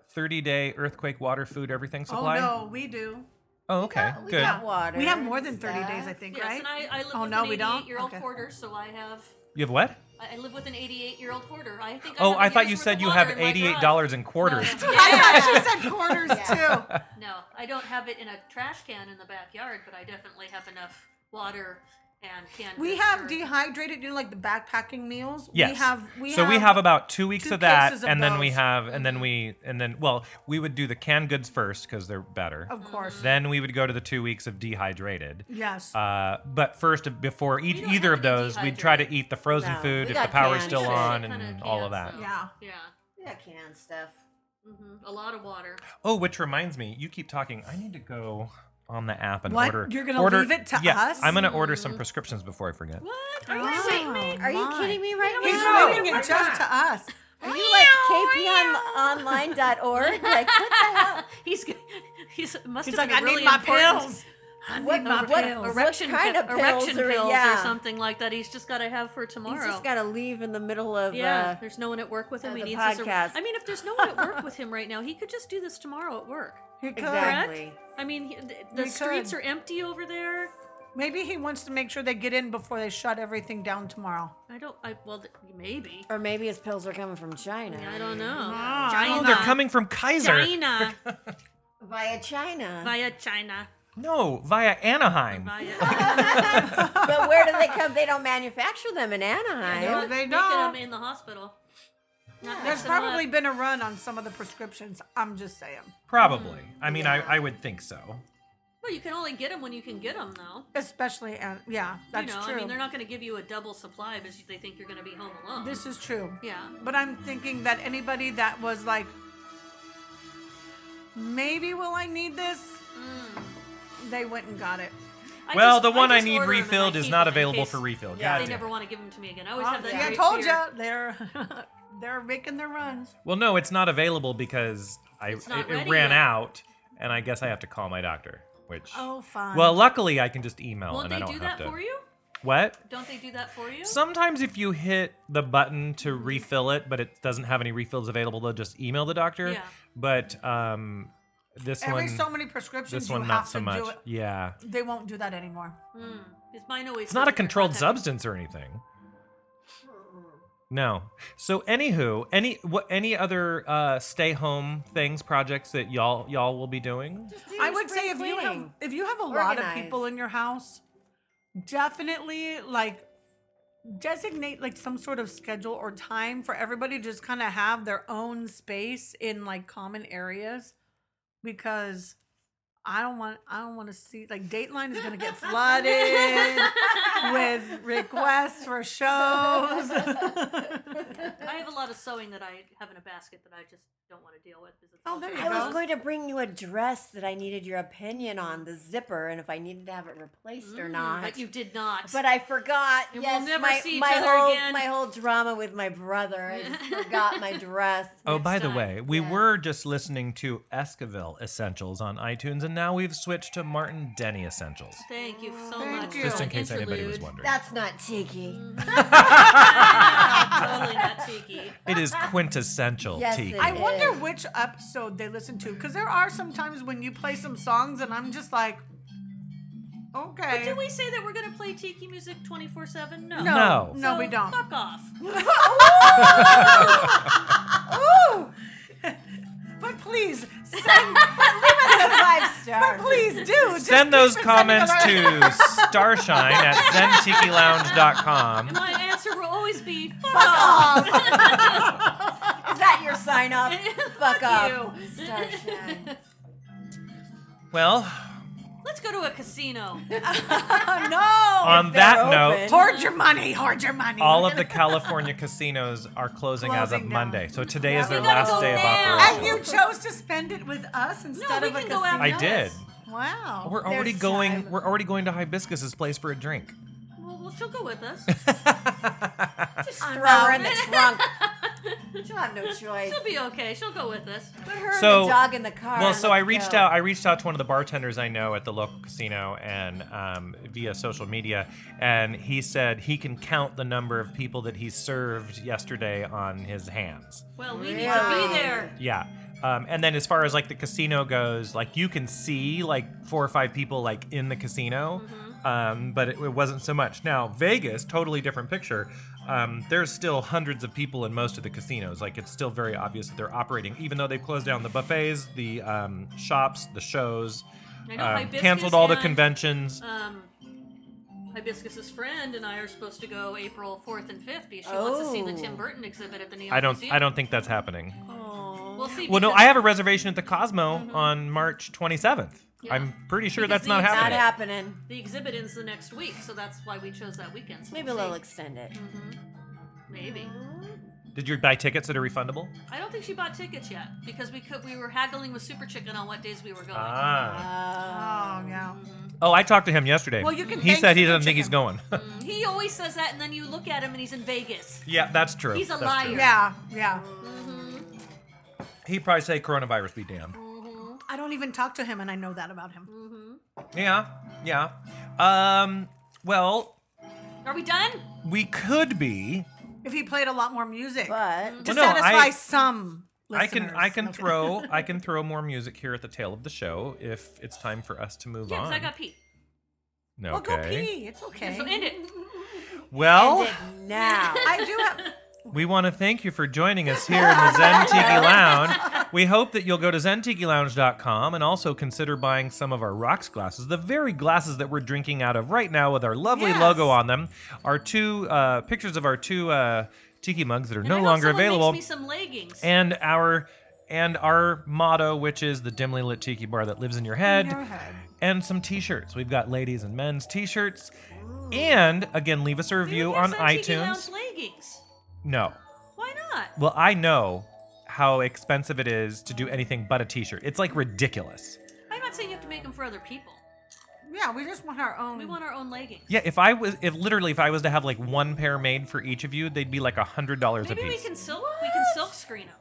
A: 30 day earthquake water food everything supply?
B: Oh no, we do.
A: Oh, okay.
C: We
A: Good.
C: got water.
B: We have more than 30 days, I
C: stuff.
B: think,
D: Yes,
B: right?
D: and I, I live
B: Oh,
D: with
B: no,
D: an
B: we don't?
D: eighty-eight-year-old
B: Okay.
D: hoarder, so I have.
A: You have what?
D: I I live with an eighty-eight-year-old hoarder. I think.
A: oh,
D: have a
A: I thought
D: year's
A: you
D: worth
A: said
D: of
A: you
D: water
A: have
D: in my
A: $88
D: garage.
A: in
D: (laughs)
A: quarters. (laughs)
D: No,
B: (laughs) I (laughs) actually said quarters too.
D: No, I don't have it in a trash can in the backyard, but I definitely have enough water and canned.
B: We
D: goods
B: have
D: for-
B: dehydrated, you know, like the backpacking meals.
A: Yes.
B: We have. We
A: so
B: have,
A: we have about two weeks
B: two
A: of that,
B: cases of
A: and then we
B: those.
A: have, and then we, and then, well, we would do the canned goods first because they're better.
B: Of course.
A: Then we would go to the two weeks of dehydrated.
B: Yes.
A: Uh, but first, before
D: We
A: eat,
D: don't
A: either
D: have
A: of
D: to be
A: those, we'd try to
D: dehydrated.
A: eat the frozen
C: No,
A: food
C: we
A: if the
C: got
A: power's
C: canned
A: still
C: food.
A: on
D: Kinda
A: and all of that.
D: canned, so-
B: Yeah.
D: Yeah.
C: We got canned stuff.
D: hmm A lot of water.
A: Oh, which reminds me, you keep talking. I need to go on the app and
B: What?
A: order.
B: You're gonna
A: order-
B: leave it to
A: yeah,
B: us?
A: I'm gonna order some prescriptions before I forget.
D: What?
B: Oh,
C: Are you
B: my.
C: kidding me right
B: He's
C: now?
B: leaving it just to us.
C: Are you like kponline.org? Like, what the hell?
D: He's g- (laughs) he's must
B: He's
D: have
B: like,
D: been
B: I
D: a really
B: need my
D: important
B: pills.
C: What,
B: my
C: what,
B: pills.
C: what
D: erection
C: kind
D: pi-
C: of pills
D: erection
C: are-
D: pills
C: yeah.
D: or something like that. He's just got to have for tomorrow.
C: He's just got to leave in the middle of.
D: yeah,
C: Uh,
D: there's no one at work with him.
C: uh,
D: He
C: the
D: needs his.
C: podcast.
D: I mean, if there's no one at work with him right now, he could just do this tomorrow at work.
B: He could.
C: exactly.
D: I mean, he, th- the
B: We
D: streets
B: could.
D: are empty over there.
B: Maybe he wants to make sure they get in before they shut everything down tomorrow.
D: I don't. I well, th- maybe.
C: Or maybe his pills are coming from China.
D: I don't know.
A: Oh,
B: Ah,
D: China.
A: they're coming from Kaiser.
D: China
C: Via China.
D: (laughs) via China
A: No, via Anaheim.
D: via.
C: but where do they come? They don't manufacture them in Anaheim.
B: No,
D: Look,
B: they
D: look at
B: don't.
D: him in the hospital. Not
B: There's
D: mixing 'em
B: probably
D: up.
B: been a run on some of the prescriptions. I'm just saying.
A: Probably. I mean, I, I would think so.
D: Well, you can only get them when you can get them, though.
B: Especially, and yeah, that's
D: you know,
B: true.
D: I mean, they're not going to give you a double supply because they think you're going to be home alone.
B: this is true.
D: yeah.
B: But I'm thinking that anybody that was like, maybe will I need this? They went and got it.
D: I
A: well,
D: Mm. just-
A: the one I,
D: just
A: need
D: order 'em and I
A: refilled is
D: keep
A: not
D: them in
A: available
D: case
A: for refill.
C: Yeah.
A: Goddamn.
D: They never want to give them to me again. I always have that.
B: Oh, See, I
D: great
B: told
D: fear.
B: you they're (laughs) they're making their runs.
A: Well, no, it's not available because I it,
D: not
A: it
D: ready
A: ran
D: yet.
A: out, and I guess I have to call my doctor. Which
B: Oh, fine.
A: well, luckily I can just email
D: Won't
A: Oh, and I
D: they
A: don't
D: do
A: have
D: that
A: to.
D: for you?
A: What?
D: Don't they do that for you?
A: Sometimes if you hit the button to refill it, but it doesn't have any refills available, they'll just email the doctor.
D: Yeah.
A: But um, this
B: every
A: one,
B: so many prescriptions,
A: this one
B: you
A: not
B: have
A: so
B: to
A: much.
B: do it.
A: Yeah,
B: They won't do that anymore.
D: Mm. Is mine always?
A: it's not a
D: says your
A: controlled
D: contact-
A: substance or anything. No. So, anywho, any what any other uh, stay home things projects that y'all y'all will be doing?
B: I would say if you have
C: Spring
B: if you have a lot of people in your house, definitely like designate like some sort of schedule or time for everybody to just kind of have their own space in like common areas because I don't want I don't want to see like Dateline is going to get flooded with requests for shows. (laughs)
D: I have a lot of sewing that I have in a basket that I just don't want to deal with. 'cause it's
B: Oh,
D: all
B: there you
D: dirty.
C: I was
B: Those-
C: going to bring you a dress that I needed your opinion on the zipper and if I needed to have it replaced or not.
D: Mm, But you did not.
C: But I forgot.
D: And we'll
C: yes,
D: never
C: my,
D: see each
C: my
D: other
C: whole
D: again.
C: my whole drama with my brother. I just forgot my dress.
A: Oh, by the
D: time.
A: way, we
C: Yeah.
A: were just listening to Esquivel Essentials on iTunes, and now we've switched to Martin Denny Essentials.
D: Thank you so
B: Thank
D: much.
B: you.
D: for
A: Just in
D: that
A: case anybody was
D: (laughs) interlude.
A: wondering,
C: That's not tiki.
D: totally not tiki.
A: it is quintessential.
C: Yes,
A: tiki.
C: it
B: I wonder
C: is.
B: which episode they listen to because there are some times when you play some songs and I'm just like, okay.
D: But do we say that we're going to play tiki music 24 7? No.
A: No.
B: No,
D: So
B: we
D: (laughs)
B: don't.
D: Fuck off.
B: Ooh. (laughs) But please, send,
C: (laughs) Five stars.
B: please do. Just
A: Send
B: keep
A: those
B: it
A: comments to
B: sending them.
A: starshine at zentikilounge.com.
B: (laughs)
D: My answer will always be fuck,
B: off.
C: Is that your sign off? Fuck off.
D: you.
C: Starshine.
A: Well,
D: Let's go to a
B: (laughs)
D: casino.
B: Oh, no.
A: on that
C: they're
A: note,
C: open.
B: (laughs) hoard your money. Hoard your money.
A: all
B: (laughs)
A: of the California casinos are closing, as of
B: Closing down.
A: Monday. So today is their
D: we gotta
A: last
D: go
A: day of
D: now.
A: operation.
B: and you chose to spend it with us instead
D: we
B: of a
D: can
B: casino.
D: go after
A: I did.
B: Wow.
A: We're already
C: There's
A: going.
C: time.
A: We're already going to Hibiscus's place for a drink. (laughs)
D: well, well, she'll go with us.
C: Throw her in the trunk.
E: She'll have no choice.
D: She'll be okay. She'll go with us.
E: Put her
A: So-
E: and the dog in the car.
A: Well,
E: and
A: so I
E: let's
A: reached
E: go.
A: out. I reached out to one of the bartenders I know at the local casino and um, via social media, and he said he can count the number of people that he served yesterday on his hands.
D: Well, we need to be
E: Really?
D: there.
A: Yeah. Um, and then as far as like the casino goes, like you can see like four or five people like in the casino,
D: Mm-hmm.
A: um, but it, it wasn't so much. Now Vegas, totally different picture. Um, there's still hundreds of people in most of the casinos. Like it's still very obvious that they're operating, even though they've closed down the buffets, the um, shops, the shows,
D: I know
A: um,
D: Hibiscus
A: canceled all the
D: and,
A: conventions.
D: Um, Hibiscus's friend and I are supposed to go April 4th and 5th because she wants to see the
E: Oh.
D: Tim Burton exhibit at the New York
A: I don't.
D: Museum.
A: I don't think that's happening.
D: We'll see.
A: Well, no,
D: because-
A: I have a reservation at the Cosmo on March 27th.
D: Mm-hmm. Yeah.
A: I'm pretty sure
D: Because
A: that's not
D: the- Not
E: Not
A: happening.
E: happening.
D: The exhibit ends the next week, so that's why we chose that weekend. So
E: Maybe
D: we'll
E: they'll
D: see.
E: extend it.
D: Mm. Maybe.
A: Did you buy tickets that are refundable?
D: I don't think she bought tickets yet because we could. We were haggling with Super Chicken on what days we were going.
A: Ah.
E: Uh,
B: Oh yeah.
A: Oh, I talked to him yesterday.
B: Well, you can
A: He
B: thank
A: said he
B: Super
A: doesn't think he's going. (laughs)
D: he always says that, and then you look at him and he's in Vegas.
A: yeah, that's true.
D: He's a
A: That's
D: liar.
A: true.
B: Yeah, yeah.
A: He'd probably say coronavirus be damned.
B: I don't even talk to him, and I know that about him.
A: Yeah, yeah. Um, well,
D: Are we done?
A: we could be.
B: If he played a lot more music
E: But
B: to
A: Well,
D: Mm.
A: no,
B: satisfy
A: I-
B: some.
A: I can I can
B: listeners. Okay. (laughs)
A: throw I can throw more music here at the tail of the show if it's time for us to move
D: Yeah,
A: on.
D: because I got pee.
A: no,
B: Well,
A: okay.
B: go pee. It's okay.
D: So end it. Oh.
A: Well,
D: (laughs)
E: now.
B: I do have.
A: We want to thank you for joining us here in the Zen Tiki Lounge. We hope that you'll go to zentikilounge.com and also consider buying some of our rocks glasses. The very glasses that we're drinking out of right now with our lovely
B: Yes.
A: logo on them. Our two uh, pictures of our two uh, tiki mugs that are
D: And I
A: no
D: hope
A: longer
D: someone
A: available
D: Makes me some leggings.
A: and our and our motto which is the dimly lit tiki bar that lives in your head, and some t-shirts. We've got ladies and men's t-shirts. And again, leave us a
D: Dude,
A: review
D: here's
A: on
D: some Tiki Lounge
A: iTunes.
D: Leggings.
A: No.
D: Why not?
A: Well, I know how expensive it is to do anything but a t-shirt. It's like ridiculous.
D: I'm not saying you have to make them for other people.
B: Yeah, we just want our own. (laughs)
D: We want our own leggings.
A: Yeah, if I was if literally if I was to have like one pair made for each of you, they'd be like a hundred dollars a
D: Maybe we
A: piece.
D: can silk. We can silk screen them.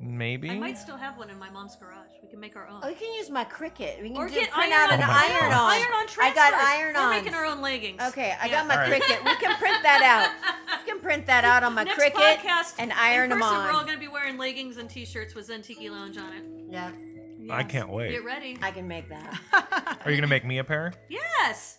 A: Maybe.
D: I might still have one in my mom's garage. We can make our own.
E: Oh, we can use my Cricut. We can
D: Or
E: do,
D: get
E: print
D: iron
E: out an
A: on- Oh my
E: iron on.
A: God.
D: Iron on
E: I
D: transfers.
E: got iron
D: We're
E: on.
D: making our own leggings.
E: Okay, I
D: Yeah.
E: got my
A: All right.
E: Cricut. We can print
D: (laughs)
E: that out. We can print that out on my
D: Next
E: Cricut
D: podcast,
E: and iron
D: in
E: them
D: person, We're all
E: on.
D: going to be wearing leggings and t-shirts with Zentiki Lounge on it.
E: Yeah,
A: I can't wait.
D: Get ready.
E: I can make
D: (laughs)
E: that.
A: Are you gonna make me a pair?
D: Yes.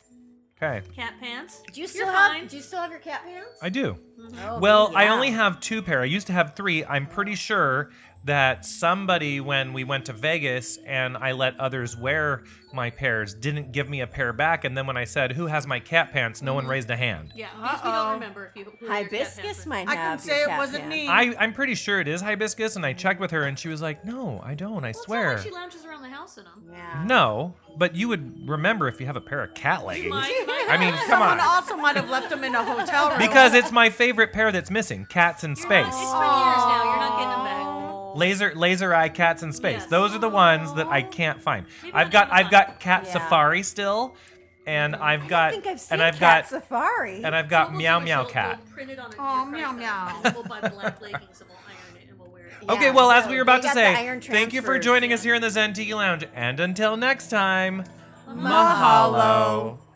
A: Okay.
D: Cat pants.
E: Do you still
D: You're
E: have?
D: fine.
E: Do you still have your cat pants?
A: I do.
E: Oh,
A: Well, I
E: yeah.
A: only have two pair. I used to have three. I'm pretty sure that somebody when we went to Vegas and I let others wear my pairs didn't give me a pair back and then when I said who has my cat pants no one
D: Mm-hmm.
A: raised a hand.
D: yeah. Because we
B: Uh-oh.
D: don't remember if you. who your cat
E: hibiscus
D: pants are.
E: might
B: I can
E: have your
B: say it
E: cat
B: wasn't
E: pants.
B: me.
A: I, I'm pretty sure it is hibiscus, and I checked with her, and she was like, "No, I don't. I
D: Well, it's not
A: swear."
D: like she lounges around the house in them.
E: Yeah.
A: no, but you would remember if you have a pair of cat leggings.
B: (laughs)
D: Mine- mine-
A: I mean, come
B: Someone
A: on,
B: also might have left them in
A: (laughs)
B: a hotel room.
A: because it's my favorite pair that's missing: cats in
D: You're
A: space,
D: not- It's been years now. You're not getting them back.
A: laser laser eye cats in space.
D: Yes.
A: Those are the ones that I can't find.
D: Maybe
A: I've
D: on
A: got I've
D: Amazon.
A: got cat
E: Yeah.
A: safari still, and I've got
E: I think I've seen
A: and I've
E: cat
A: got
E: Safari.
A: and I've
D: So
A: got
D: we'll do
A: meow
D: is
A: meow
D: we'll-
A: cat.
D: We'll print it on a
B: Aw,
D: your
B: meow,
D: craft
B: meow.
D: item. We'll buy black leggings and we'll iron it and we'll wear it.
E: Yeah,
A: Okay, well, as
E: so
A: we were
E: they
A: about to
E: got the
A: say,
E: iron
A: thank you for
E: transfers.
A: joining us here in the Zen Tiki Lounge, and until next time,
D: Mahalo.
A: mahalo.